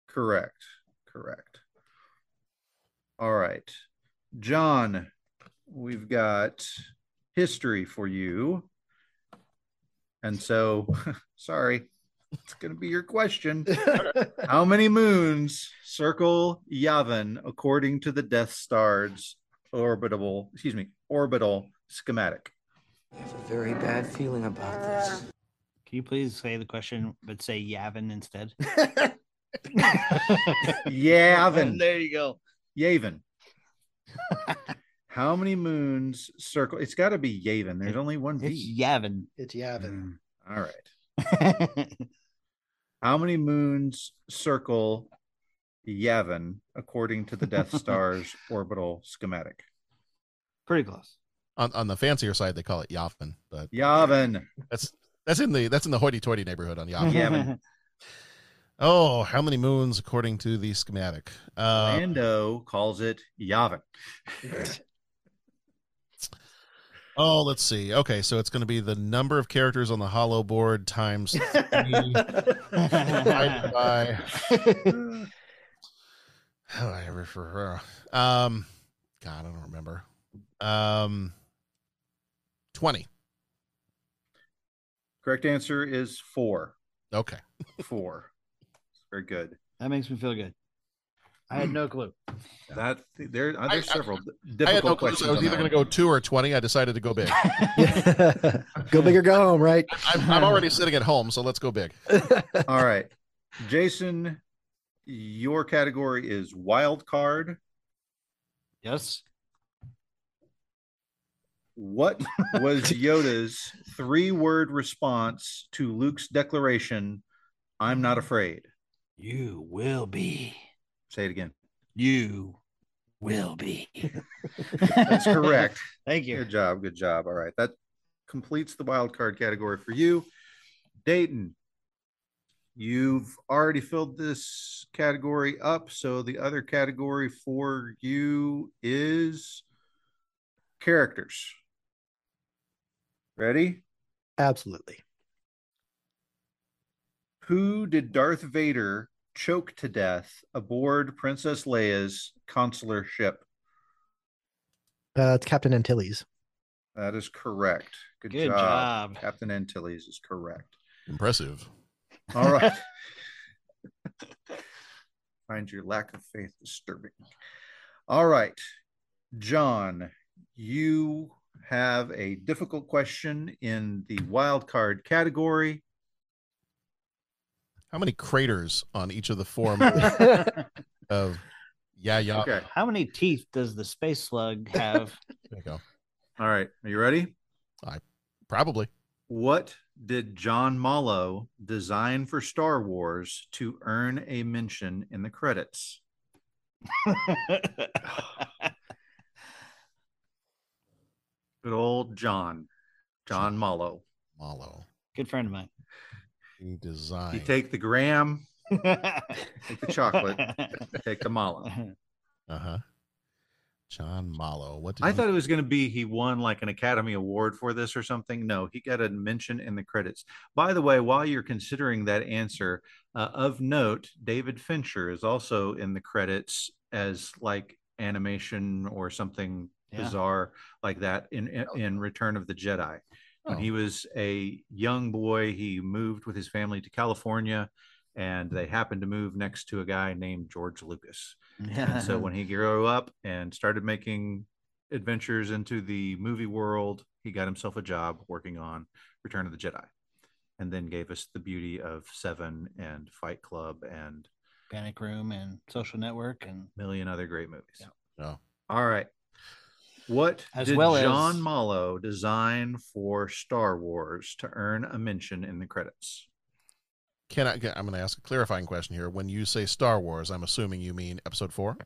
Speaker 5: Correct. Correct. All right. John, we've got history for you. And so, sorry, it's going to be your question. How many moons circle Yavin according to the Death Star's orbital, excuse me, orbital schematic?
Speaker 7: I have a very bad feeling about this.
Speaker 1: Can you please say the question, but say Yavin instead?
Speaker 5: Yavin.
Speaker 1: There you go.
Speaker 5: Yavin. How many moons circle? It's got to be Yavin. There's only one
Speaker 1: It's
Speaker 5: V.
Speaker 1: Yavin.
Speaker 4: it's Yavin.
Speaker 5: Mm, All right. How many moons circle Yavin according to the Death Star's orbital schematic?
Speaker 1: Pretty close.
Speaker 3: on, on the fancier side, they call it Yavin, but
Speaker 5: Yavin.
Speaker 3: that's that's in the that's in the hoity-toity neighborhood on Yavin.
Speaker 5: Yavin.
Speaker 3: Oh, how many moons according to the schematic? Uh,
Speaker 5: Lando calls it Yavin.
Speaker 3: Oh, let's see. Okay, so it's going to be the number of characters on the hollow board times three
Speaker 5: Mm.
Speaker 3: divided by. Oh, I refer. Um, God, I don't remember. Um, twenty.
Speaker 5: Correct answer is four.
Speaker 3: Okay.
Speaker 5: Four. Very good.
Speaker 1: That makes me feel good. I had no clue.
Speaker 5: That there, uh, there's
Speaker 3: I-
Speaker 5: several
Speaker 3: I had
Speaker 5: difficult
Speaker 3: no clue. so
Speaker 5: questions.
Speaker 3: I was
Speaker 5: on
Speaker 3: either
Speaker 5: that
Speaker 3: going to go two or twenty. I decided to go big.
Speaker 4: go big or go home, right?
Speaker 3: I'm, I'm already sitting at home, so let's go big.
Speaker 5: one. All right, Jason, your category is wild card.
Speaker 1: Yes.
Speaker 5: What was Yoda's three word response to Luke's declaration, I'm not afraid?
Speaker 1: You will be.
Speaker 5: Say it again.
Speaker 1: You will be.
Speaker 5: That's correct.
Speaker 1: Thank you.
Speaker 5: Good job. Good job. All right. That completes the wild card category for you. Dayton, you've already filled this category up. So the other category for you is characters. Ready?
Speaker 4: Absolutely.
Speaker 5: Who did Darth Vader choke to death aboard Princess Leia's consular ship?
Speaker 4: Uh, it's Captain Antilles.
Speaker 5: That is correct. Good,
Speaker 1: Good
Speaker 5: job.
Speaker 1: job.
Speaker 5: Captain Antilles is correct.
Speaker 3: Impressive.
Speaker 5: All right. Find your lack of faith disturbing. All right. John, you have a difficult question in the wild card category.
Speaker 3: How many craters on each of the form
Speaker 5: okay.
Speaker 3: of yeah yeah?
Speaker 1: How many teeth does the space slug have?
Speaker 3: There you go.
Speaker 5: All right. Are you ready?
Speaker 3: Probably.
Speaker 5: What did John Mallow design for Star Wars to earn a mention in the credits? Good old John, John Mallow.
Speaker 3: Malo.
Speaker 1: Good friend of mine.
Speaker 3: He designed.
Speaker 5: You take the graham, take the chocolate, take the Mallow.
Speaker 3: uh huh. John Malo. What did
Speaker 5: I
Speaker 3: he-
Speaker 5: thought it was going to be he won like an Academy Award for this or something. No, he got a mention in the credits. By the way, while you're considering that answer, uh, of note, David Fincher is also in the credits as like animation or something
Speaker 1: Yeah.
Speaker 5: bizarre like that in, in in Return of the Jedi. When
Speaker 3: Oh.
Speaker 5: he was a young boy, he moved with his family to California, and they happened to move next to a guy named George Lucas. And so when he grew up and started making adventures into the movie world, he got himself a job working on Return of the Jedi, and then gave us the beauty of Seven and Fight Club and
Speaker 1: Panic Room and Social Network and
Speaker 5: a million other great movies.
Speaker 1: Yeah.
Speaker 3: Oh.
Speaker 5: All right. What
Speaker 1: As
Speaker 5: did
Speaker 1: well as-
Speaker 5: John Mallow design for Star Wars to earn a mention in the credits?
Speaker 3: Can I? I'm going to ask a clarifying question here. When you say Star Wars, I'm assuming you mean Episode Four.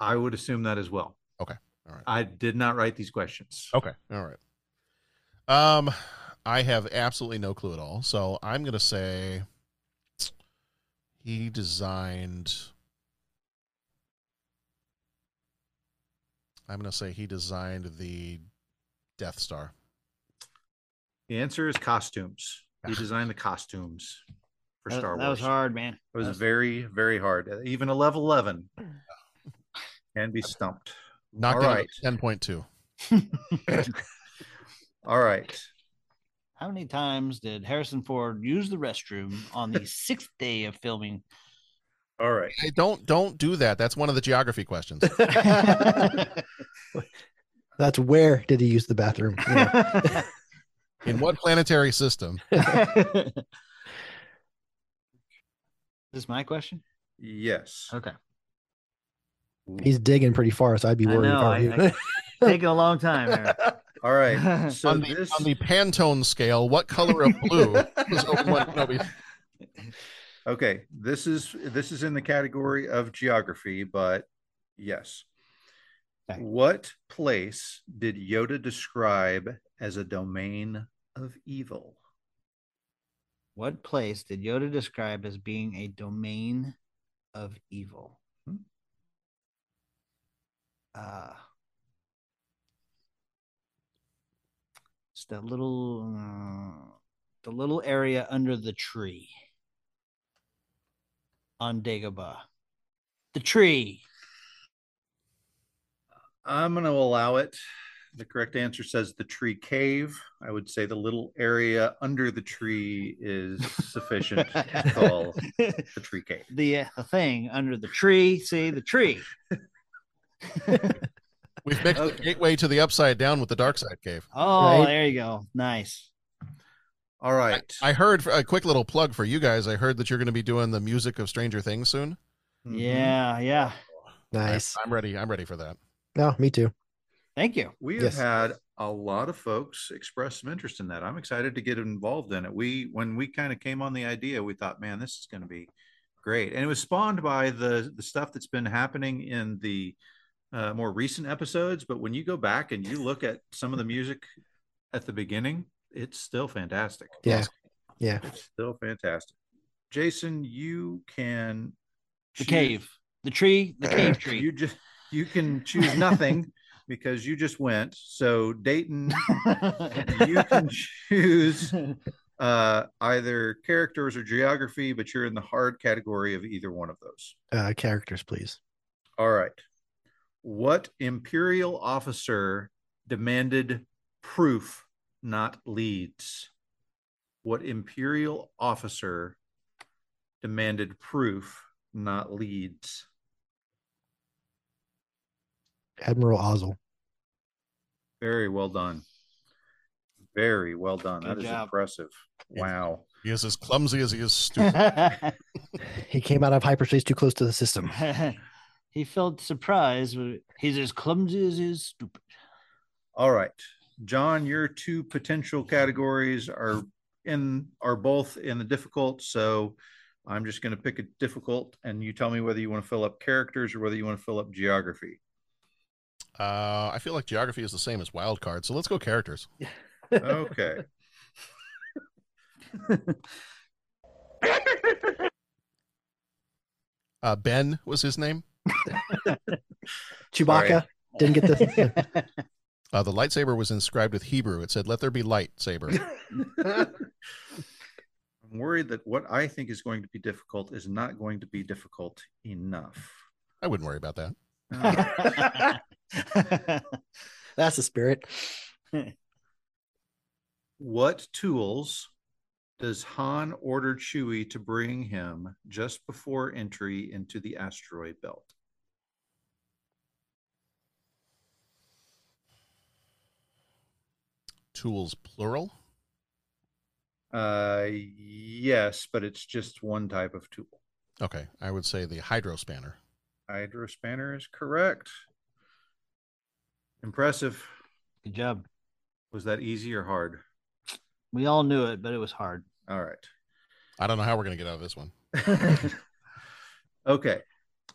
Speaker 5: I would assume that as well.
Speaker 3: Okay. All right.
Speaker 5: I did not write these questions.
Speaker 3: Okay. All right. Um, I have absolutely no clue at all. So I'm gonna say he designed. I'm gonna say he designed the Death Star.
Speaker 5: The answer is costumes. He designed the costumes for
Speaker 1: that,
Speaker 5: Star Wars.
Speaker 1: that was hard, man.
Speaker 5: It was
Speaker 1: That was-
Speaker 5: very, very hard. Even a level 11 can be stumped.
Speaker 3: Knocked
Speaker 5: All
Speaker 3: down
Speaker 5: right.
Speaker 3: ten point two.
Speaker 5: All right.
Speaker 1: How many times did Harrison Ford use the restroom on the sixth day of filming?
Speaker 5: All right.
Speaker 3: Hey, don't don't do that. That's one of the geography questions.
Speaker 4: That's where did he use the bathroom? You know.
Speaker 3: In what planetary system?
Speaker 1: Is this my question?
Speaker 5: Yes.
Speaker 1: Okay.
Speaker 4: He's digging pretty far, so I'd be
Speaker 1: I
Speaker 4: worried
Speaker 1: know, I-
Speaker 4: if I were you.
Speaker 1: Taking a long time. Aaron.
Speaker 5: All right. So
Speaker 3: on, the,
Speaker 5: this
Speaker 3: on the Pantone scale, what color of blue was Obi Wan Kenobi?
Speaker 5: Okay, this is this is in the category of geography, but yes.
Speaker 1: Okay.
Speaker 5: What place did Yoda describe as a domain of evil?
Speaker 1: What place did Yoda describe as being a domain of evil? Hmm? Uh, it's that little, uh, the little area under the tree on Dagobah. The tree.
Speaker 5: I'm going to allow it. The correct answer says the tree cave. I would say the little area under the tree is sufficient to call
Speaker 1: the
Speaker 5: the tree cave.
Speaker 1: uh, the thing under the tree. See the tree.
Speaker 3: We've mixed the
Speaker 5: Okay.
Speaker 3: gateway to the upside down with the dark side cave.
Speaker 1: Oh,
Speaker 4: Right.
Speaker 1: there you go. Nice.
Speaker 5: All right.
Speaker 3: I heard a quick little plug for you guys. I heard that you're going to be doing the music of Stranger Things soon.
Speaker 5: Mhm.
Speaker 1: Yeah, yeah.
Speaker 4: Nice.
Speaker 3: I, am ready. I'm ready for that.
Speaker 4: No, me too.
Speaker 1: Thank you.
Speaker 5: We
Speaker 4: Yes.
Speaker 5: have had a lot of folks express some interest in that. I'm excited to get involved in it. We, when we kind of came on the idea, we thought, man, this is going to be great, and it was spawned by the the stuff that's been happening in the uh, more recent episodes. But when you go back and you look at some of the music at the beginning, it's still fantastic.
Speaker 4: Yeah. Yeah.
Speaker 5: it's still fantastic. Jason, you can
Speaker 1: The
Speaker 5: choose-
Speaker 1: cave, the tree, the cave tree.
Speaker 5: You just you can choose nothing because you just went. So Dayton you can choose uh, either characters or geography, but you're in the hard category of either one of those.
Speaker 4: Uh, characters, please.
Speaker 5: All right. What imperial officer demanded proof, not leads? What imperial officer demanded proof, not leads?
Speaker 4: Admiral Ozzel.
Speaker 5: Very well done. Very well done.
Speaker 1: Good
Speaker 5: that is
Speaker 1: job.
Speaker 5: impressive.
Speaker 3: Yeah.
Speaker 5: Wow.
Speaker 3: He is as clumsy as he is stupid.
Speaker 1: he
Speaker 4: He came out of hyperspace too close to the system.
Speaker 1: felt surprised. but He's as clumsy as he's stupid.
Speaker 5: All right. John, your two potential categories are in are both in the difficult. So I'm just going to pick a difficult and you tell me whether you want to fill up characters or whether you want to fill up geography.
Speaker 3: Uh, I feel like geography is the same as wild card, so let's go characters.
Speaker 5: Okay.
Speaker 3: Uh, ben was his name.
Speaker 4: Chewbacca didn't get the.
Speaker 3: Uh, the lightsaber was inscribed with Hebrew. It said, "Let there be lightsaber."
Speaker 5: I'm worried that what I think is going to be difficult is not going to be difficult enough.
Speaker 3: I wouldn't worry about that.
Speaker 5: Uh,
Speaker 4: That's the spirit.
Speaker 5: what tools does Han order Chewie to bring him just before entry into the asteroid belt?
Speaker 3: Tools plural.
Speaker 5: Uh, yes, but it's just one type of tool.
Speaker 3: Okay, I would say the hydro spanner.
Speaker 5: Hydro spanner is correct. Impressive.
Speaker 1: Good job.
Speaker 5: Was that easy or hard?
Speaker 1: We all knew it, but it was hard.
Speaker 5: All right.
Speaker 3: I don't know how we're gonna get out of this one.
Speaker 5: okay.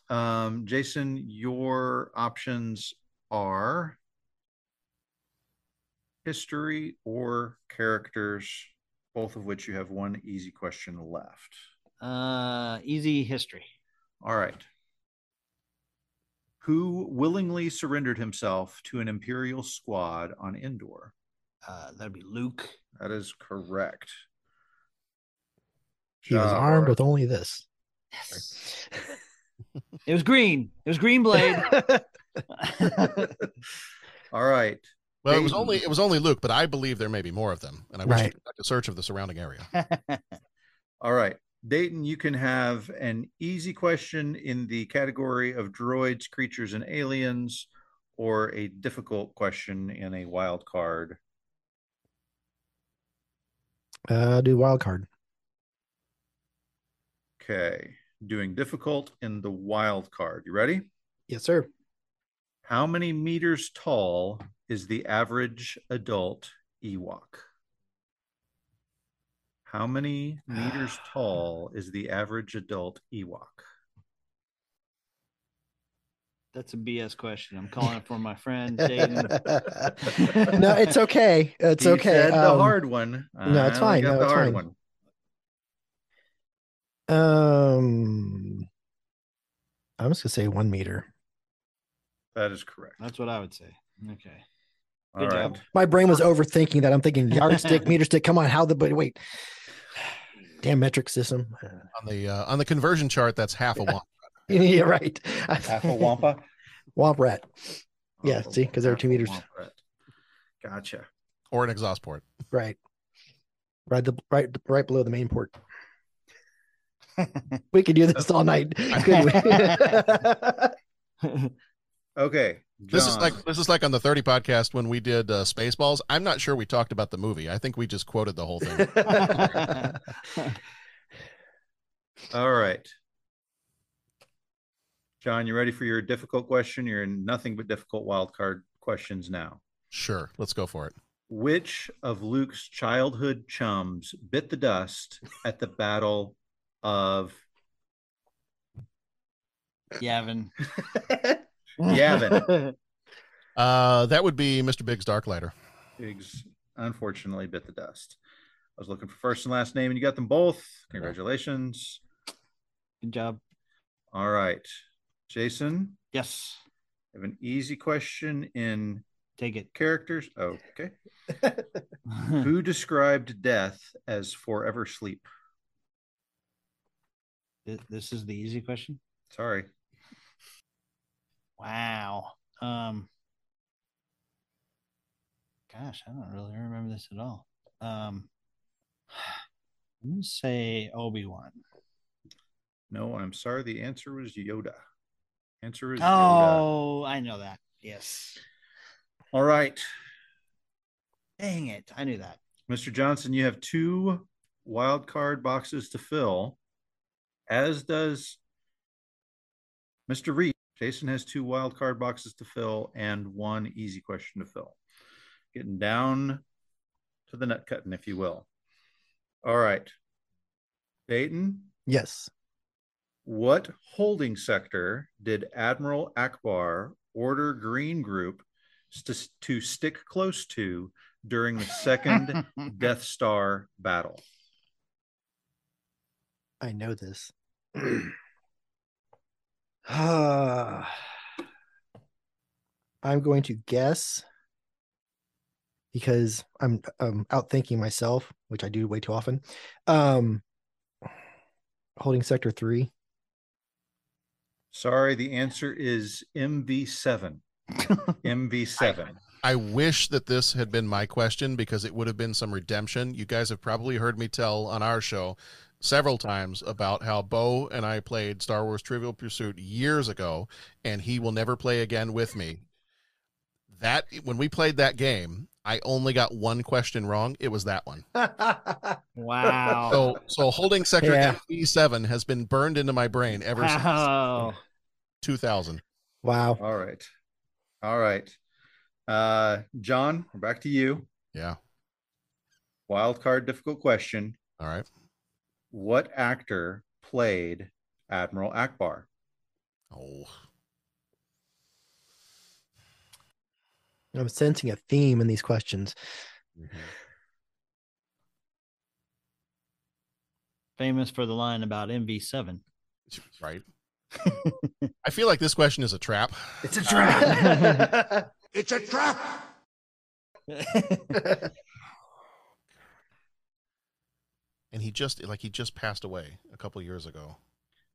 Speaker 5: Um, Jason, your options are history or characters, both of which you have one easy question left.
Speaker 1: Uh, easy history.
Speaker 5: All right. Who willingly surrendered himself to an Imperial squad on Endor?
Speaker 1: Uh, that'd be Luke.
Speaker 5: That is correct. Uh,
Speaker 4: He was
Speaker 5: Jar.
Speaker 4: armed with only this.
Speaker 1: Yes. it was green. It was green blade.
Speaker 5: All right.
Speaker 3: Well, it was
Speaker 5: Dayton.
Speaker 3: only it was only Luke, but I believe there may be more of them, and I wish
Speaker 4: Right.
Speaker 3: to conduct a search of the surrounding area.
Speaker 5: All right. Dayton, you can have an easy question in the category of droids, creatures, and aliens, or a difficult question in a wild card.
Speaker 4: Uh, do wild card.
Speaker 5: Okay. Doing difficult in the wild card. You ready?
Speaker 4: Yes, sir.
Speaker 5: How many meters tall is the average adult Ewok? How many meters tall is the average adult Ewok?
Speaker 1: That's a BS question. I'm calling it for my friend Dayton. no,
Speaker 4: no, it's okay. It's
Speaker 5: He
Speaker 4: okay.
Speaker 5: said the
Speaker 4: Um,
Speaker 5: hard one.
Speaker 4: no, it's
Speaker 5: I only
Speaker 4: fine.
Speaker 5: got
Speaker 4: No,
Speaker 5: the
Speaker 4: it's
Speaker 5: hard
Speaker 4: fine.
Speaker 5: one.
Speaker 4: Um, I'm just gonna say one meter.
Speaker 5: That is correct.
Speaker 1: That's what I would say. Okay.
Speaker 5: All
Speaker 1: Good
Speaker 5: right.
Speaker 1: job.
Speaker 4: My brain was overthinking that. I'm thinking yardstick, meter stick. Come on, how the but wait. Damn metric system.
Speaker 3: On the uh, on the conversion chart, that's half a one.
Speaker 4: yeah, right.
Speaker 5: Half a wampa.
Speaker 4: Womp rat. Yeah,
Speaker 5: Oh,
Speaker 4: see, 'cause they're
Speaker 5: half
Speaker 4: two
Speaker 5: a
Speaker 4: meters.
Speaker 5: wampa rat. Gotcha.
Speaker 3: or an exhaust port.
Speaker 4: Right. Right the right right below the main port. we could do this all night. Could we?
Speaker 5: Okay.
Speaker 3: This is
Speaker 5: John.
Speaker 3: like this is like on the thirty podcast when we did uh, Spaceballs. I'm not sure we talked about the movie. I think we just quoted the whole thing.
Speaker 5: all right. John, you ready for your difficult question? You're in nothing but difficult wild card questions now.
Speaker 3: Sure. Let's go for it.
Speaker 5: Which of Luke's childhood chums bit the dust at the Battle of
Speaker 1: Yavin.
Speaker 5: Yavin?
Speaker 3: Uh, that would be Mr. Big's Dark Lighter.
Speaker 5: Pigs unfortunately bit the dust. I was looking for first and last name, and you got them both. Congratulations.
Speaker 1: Good job.
Speaker 5: All right, Jason,
Speaker 1: Yes.
Speaker 5: I have an easy question in
Speaker 1: Take it.
Speaker 5: characters. Okay,
Speaker 1: Hmm.
Speaker 5: who described death as forever sleep?
Speaker 1: Th- this is the easy question.
Speaker 5: Sorry,
Speaker 1: Wow. Um gosh, I don't really remember this at all. Um I'm gonna say Obi-Wan.
Speaker 5: no, I'm sorry. The answer was Yoda. Answer is Yoda.
Speaker 1: Oh, I know that. Yes.
Speaker 5: All right,
Speaker 1: Dang it. I knew that.
Speaker 5: Mr. Johnson, you have two wild card boxes to fill, as does Mr. Reed. Jason has two wild card boxes to fill and one easy question to fill. Getting down to the nut cutting, if you will. All right. Dayton,
Speaker 4: Yes.
Speaker 5: what holding sector did Admiral Akbar order Green Group st- to stick close to during the second Death Star battle.
Speaker 4: I know this. I'm going to guess because I'm um, outthinking myself, which I do way too often. Um, holding sector three.
Speaker 5: Sorry, the answer is MV7. MV7.
Speaker 3: I wish that this had been my question because it would have been some redemption. You guys have probably heard me tell on our show several times about how Bo and I played Star Wars Trivial Pursuit years ago, and he will never play again with me. That when we played that game, I only got one question wrong. It was that one.
Speaker 1: wow.
Speaker 3: So, so holding sector
Speaker 4: Yeah.
Speaker 3: MV7 has been burned into my brain ever since
Speaker 1: Wow.
Speaker 3: 2000.
Speaker 4: Wow.
Speaker 5: All right. All right. Uh, John, we're back to you.
Speaker 3: Yeah.
Speaker 5: Wild card, difficult question.
Speaker 3: All right.
Speaker 5: What actor played Admiral Akbar?
Speaker 3: Oh,
Speaker 4: I'm sensing a theme in these questions.
Speaker 1: Famous for the line about MV7.
Speaker 3: right. I feel like this question is a trap.
Speaker 7: It's a trap. it's a trap.
Speaker 3: and he just like he just passed away a couple years ago.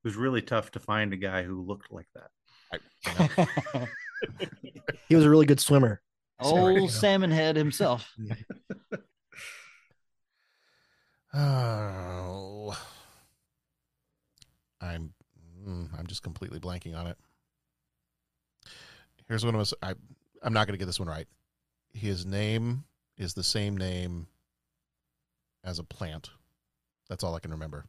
Speaker 5: It was really tough to find a guy who looked like that.
Speaker 4: He was a really good swimmer.
Speaker 1: Old salmon head himself.
Speaker 3: Oh, I'm mm, I'm just completely blanking on it. Here's what I'm gonna s- I I'm not gonna get this one right. His name is the same name as a plant. That's all I can remember.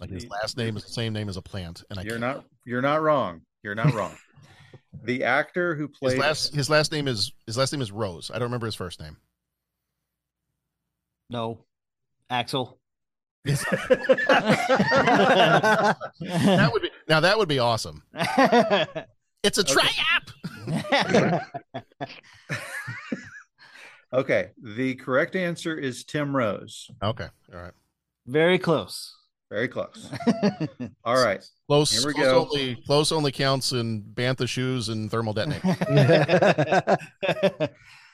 Speaker 3: Like his last name is the same name as a plant, and I
Speaker 5: You're
Speaker 3: can't-
Speaker 5: not you're not wrong. You're not wrong. the actor who
Speaker 3: His
Speaker 5: played
Speaker 3: last his last name is his last name is Rose. I don't remember his first name.
Speaker 1: No. Axel.
Speaker 3: That would be now that would be awesome. It's a try app.
Speaker 5: Okay, the correct answer is Tim Rose.
Speaker 3: Okay, all right.
Speaker 1: Very close.
Speaker 5: Very close. All right.
Speaker 3: Close,
Speaker 5: Here we
Speaker 3: close
Speaker 5: go.
Speaker 3: only close only counts in bantha shoes and thermal detonator.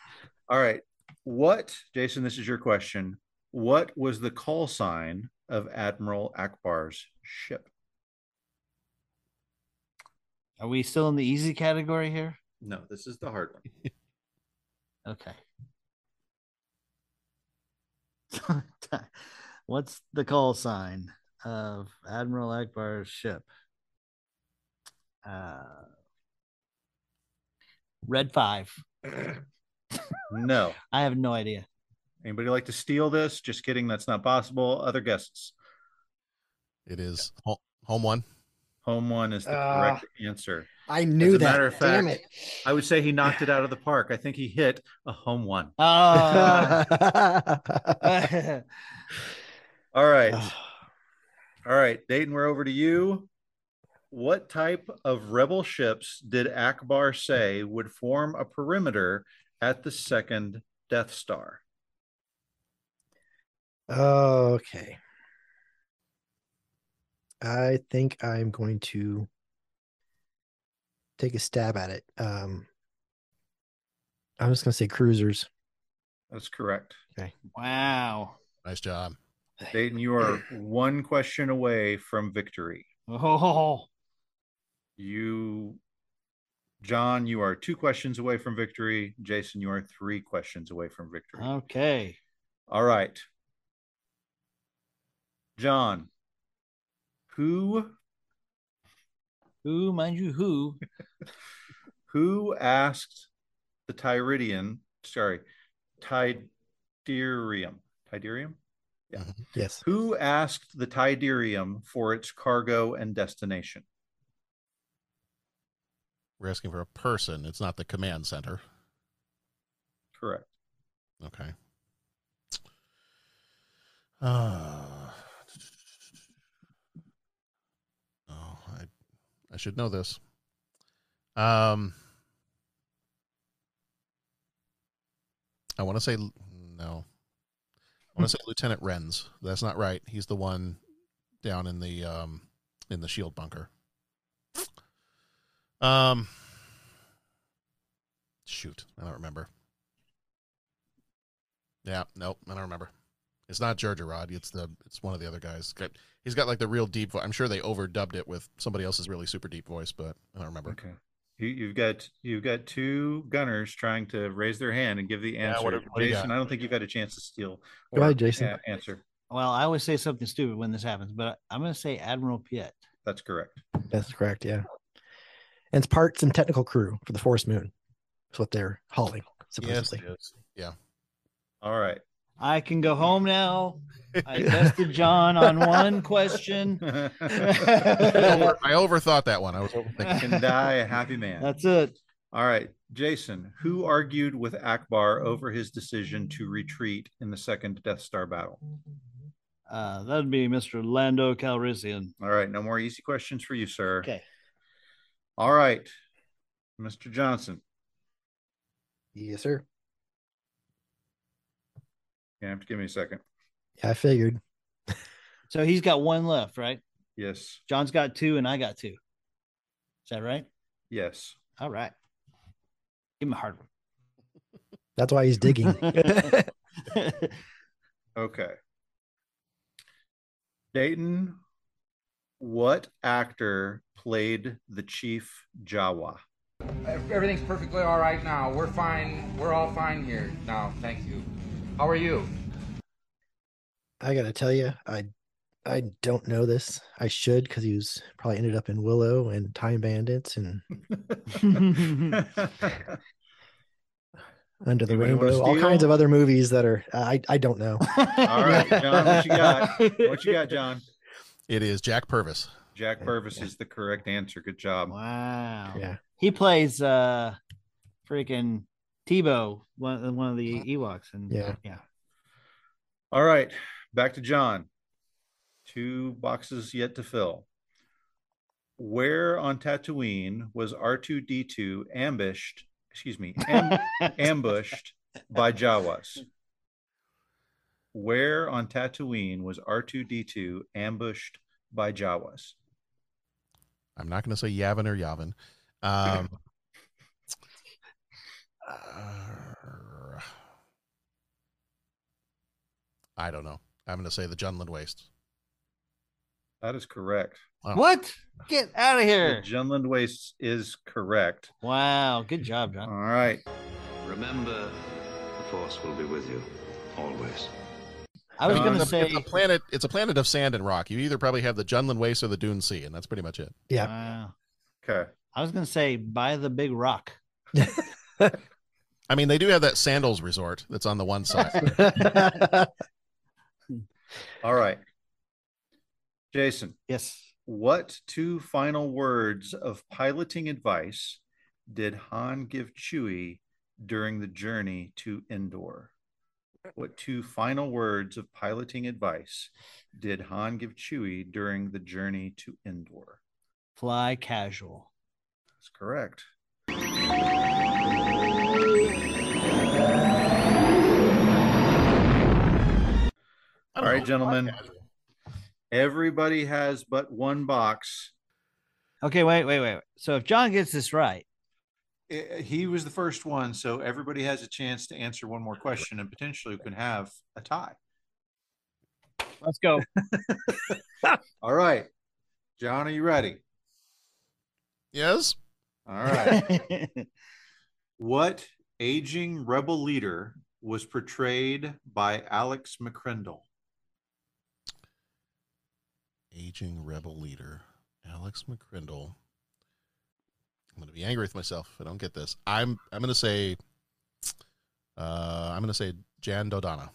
Speaker 5: All right. What, Jason, this is your question. What was the call sign of Admiral Akbar's ship?
Speaker 1: Are we still in the easy category here?
Speaker 5: No, this is the hard one.
Speaker 1: Okay. What's the call sign of Admiral Akbar's ship? Uh, Red Five.
Speaker 5: No.
Speaker 1: I have no idea.
Speaker 5: Anybody like to steal this? Just kidding. That's not possible. Other guesses.
Speaker 3: It is ho- home one.
Speaker 5: Home one is the
Speaker 4: Ah.
Speaker 5: correct answer.
Speaker 4: I knew
Speaker 5: a
Speaker 4: that.
Speaker 5: matter of
Speaker 4: Damn
Speaker 5: fact,
Speaker 4: it.
Speaker 5: I would say he knocked it out of the park. I think he hit a home one.
Speaker 1: Uh,
Speaker 5: All right. All right. Dayton, we're over to you. What type of rebel ships did Akbar say would form a perimeter at the second Death Star?
Speaker 4: okay. I think I'm going to take a stab at it. Um, I'm just going to say cruisers.
Speaker 5: That's correct.
Speaker 1: wow.
Speaker 3: Nice job.
Speaker 5: Dayton, you are one question away from victory.
Speaker 1: Oh,
Speaker 5: You, John, you are two questions away from victory. Jason, you are three questions away from victory.
Speaker 1: okay.
Speaker 5: All right. John, who
Speaker 1: Who, mind you, who?
Speaker 5: who asked the Tyridian, sorry, Tiderium, Tiderium?
Speaker 4: Yes.
Speaker 5: Who asked the Tiderium for its cargo and destination?
Speaker 3: We're asking for a person. It's not the command center.
Speaker 5: Correct.
Speaker 3: Okay. Uh, oh, I I should know this. Um, I want to say l- no. I want to say Lieutenant Renz. That's not right. He's the one down in the um in the shield bunker. Um, shoot, I don't remember. Yeah, nope, I don't remember. It's not Jar Rod. It's the it's one of the other guys. Got- He's got like the real deep voice. I'm sure they overdubbed it with somebody else's really super deep voice, but I don't remember.
Speaker 5: Okay. You, you've got you've got two gunners trying to raise their hand and give the
Speaker 3: Yeah,
Speaker 5: answer.
Speaker 3: what have- what do you
Speaker 5: Jason, I don't think you've got a chance to steal.
Speaker 4: Go ahead, Jason.
Speaker 5: a- answer.
Speaker 1: Well, I always say something stupid when this happens, but I'm going to say Admiral Piet.
Speaker 5: That's correct.
Speaker 4: That's correct. Yeah. And it's parts and technical crew for the Forest Moon. That's what they're hauling,
Speaker 3: Yes,
Speaker 4: supposedly.
Speaker 3: it is. Yeah.
Speaker 5: All right.
Speaker 1: I can go home now. I tested John on one question.
Speaker 5: Can
Speaker 3: I overthought that one. I was overthinking.
Speaker 5: die a happy man.
Speaker 1: That's it.
Speaker 5: All right, Jason, who argued with Akbar over his decision to retreat in the second Death Star battle?
Speaker 1: Uh, that'd be Mr. Lando Calrissian.
Speaker 5: All right, no more easy questions for you, sir.
Speaker 1: Okay.
Speaker 5: All right, Mr. Johnson,
Speaker 4: Yes, sir.
Speaker 5: you have to give me a second.
Speaker 4: Yeah, I figured.
Speaker 1: So he's got one left, right?
Speaker 5: Yes,
Speaker 1: John's got two, and I got two. Is that right?
Speaker 5: yes.
Speaker 1: All right. Give him a hard
Speaker 4: That's why he's digging.
Speaker 1: one.
Speaker 5: Okay. Dayton, what actor played the chief Jawa?
Speaker 8: Ev- Everything's perfectly all right now. We're fine. We're all fine here now. Thank you. How are you?
Speaker 4: I gotta tell you, I I don't know this. I should because he was probably ended up in Willow and Time Bandits and Under the
Speaker 5: Anybody wanna
Speaker 4: Rainbow, all kinds of
Speaker 5: steal?
Speaker 4: other movies that are uh, I I don't know.
Speaker 1: All
Speaker 5: right, John, what you got? what you got, John?
Speaker 3: It is Jack Purvis.
Speaker 5: Jack Purvis is the correct answer. Good job.
Speaker 1: Wow.
Speaker 4: Yeah,
Speaker 1: He plays uh freaking Tebow, one of- one of the Ewoks, and uh,
Speaker 4: Yeah.
Speaker 1: yeah.
Speaker 5: All right, back to John. Two boxes yet to fill. Where on Tatooine was R2D2 ambushed? Excuse me, am- ambushed by Jawas. Where on Tatooine was R2D2 ambushed by Jawas?
Speaker 3: I'm not going to say Yavin or Yavin. Um, uh, I don't know. I'm going to say the Junland Waste.
Speaker 5: That is correct.
Speaker 1: What? Get out of
Speaker 5: The
Speaker 1: here!
Speaker 5: Junland Wastes is correct.
Speaker 1: Wow, good job,
Speaker 5: All
Speaker 1: John.
Speaker 5: right.
Speaker 6: Remember, the Force will be with you. Always.
Speaker 1: I was
Speaker 5: Uh,
Speaker 1: gonna
Speaker 3: it's, a,
Speaker 1: say,
Speaker 3: it's a planet. It's a planet of sand and rock. You either probably have the Junland Waste or the Dune Sea, and that's pretty much it.
Speaker 4: yeah.
Speaker 1: wow.
Speaker 5: Okay.
Speaker 1: I was gonna say, by the big rock.
Speaker 3: I mean, they do have that Sandals Resort that's on the one side.
Speaker 5: All right. Jason,
Speaker 1: Yes.
Speaker 5: What two final words of piloting advice did Han give Chewie during the journey to Endor? What two final words of piloting advice did Han give Chewie during the journey to Endor?
Speaker 1: Fly casual.
Speaker 5: That's correct. All right, gentlemen. Everybody has but one box.
Speaker 1: Okay, wait, wait, wait. wait. So if John gets this right,
Speaker 5: Eh, He was the first one, so everybody has a chance to answer one more question and potentially can have a tie.
Speaker 1: let's go.
Speaker 5: All right. John, are you ready?
Speaker 3: Yes.
Speaker 5: All right. What aging rebel leader was portrayed by Alex McCrindle?
Speaker 3: Aging rebel leader Alex McCrindle. I'm gonna be angry with myself if I don't get this. I'm I'm gonna say. Uh, I'm gonna say Jan Dodonna.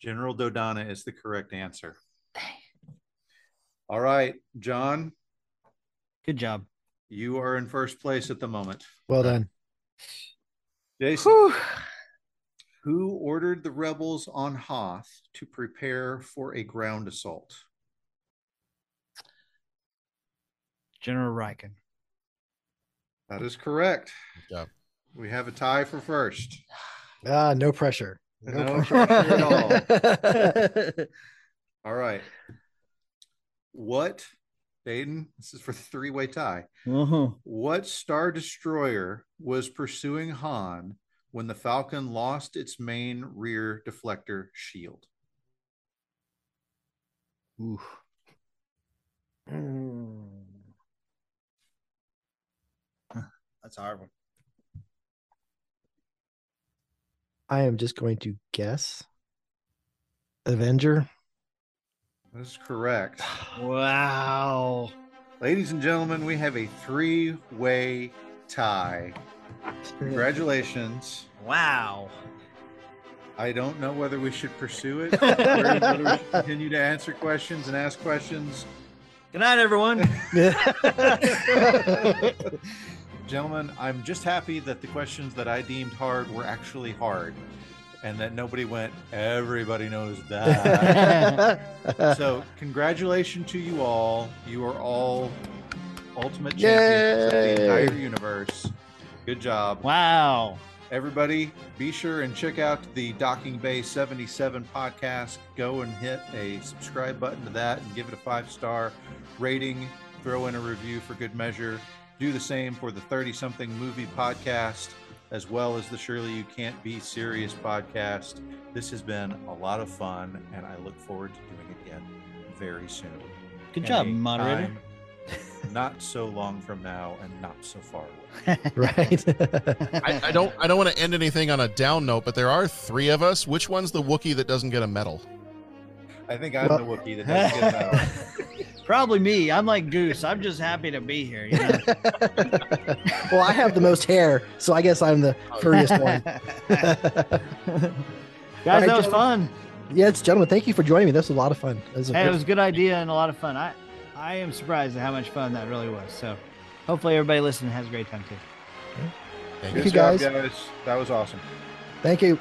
Speaker 5: General Dodonna is the correct answer. All right, John,
Speaker 1: Good job.
Speaker 5: you are in first place at the moment.
Speaker 4: Well done.
Speaker 5: Jason, who ordered the rebels on Hoth to prepare for a ground assault?
Speaker 1: General Riken.
Speaker 5: That is correct.
Speaker 3: Good job.
Speaker 5: We have a tie for first.
Speaker 4: Ah, no pressure.
Speaker 5: No pressure at
Speaker 4: all.
Speaker 5: All right. What, Dayton? This is for the three way tie.
Speaker 1: Mhm.
Speaker 5: What Star Destroyer was pursuing Han when the Falcon lost its main rear deflector shield?
Speaker 1: Oof.
Speaker 5: That's a hard one.
Speaker 4: I am just going to guess. Avenger.
Speaker 5: That's correct.
Speaker 1: Wow.
Speaker 5: Ladies and gentlemen, we have a three way tie. Congratulations.
Speaker 1: Wow.
Speaker 5: I don't know whether we should pursue it or whether we should continue to answer questions and ask questions.
Speaker 1: Good night, everyone.
Speaker 5: Gentlemen, I'm just happy that the questions that I deemed hard were actually hard and that nobody went, everybody knows that. so, congratulations to you all. You are all ultimate champions of the
Speaker 4: Yay!
Speaker 5: entire universe. Good job.
Speaker 1: Wow.
Speaker 5: Everybody, be sure and check out the Docking Bay 77 podcast. Go and hit a subscribe button to that and give it a five star rating. Throw in a review for good measure. Do the same for the 30 something movie podcast, as well as the Surely You Can't Be Serious podcast. This has been a lot of fun, and I look forward to doing it again very soon.
Speaker 1: Good
Speaker 5: And
Speaker 1: job,
Speaker 5: a
Speaker 1: moderator.
Speaker 5: time Not so long from now and not so far away.
Speaker 4: right.
Speaker 3: I, I don't. I don't want to end anything on a down note, but there are three of us. Which one's the Wookiee that doesn't get a medal?
Speaker 5: I think I'm
Speaker 4: Well-
Speaker 5: the Wookiee that doesn't get that.
Speaker 1: Probably me. I'm like Goose. I'm just happy to be here. You know?
Speaker 4: well, I have the most hair, so I guess I'm the
Speaker 5: Oh.
Speaker 4: furriest one.
Speaker 1: Guys, that was
Speaker 4: gentlemen.
Speaker 1: fun.
Speaker 4: yes, gentlemen, thank you for joining me. This was a lot of fun. This was a
Speaker 1: Hey, it
Speaker 4: great-
Speaker 1: was a good idea and a lot of fun. I, I am surprised at how much fun that really was. So hopefully everybody listening has a great time too.
Speaker 3: Thank
Speaker 4: Thank
Speaker 5: Good
Speaker 4: you,
Speaker 5: job,
Speaker 4: guys.
Speaker 5: guys. That was awesome.
Speaker 4: Thank you.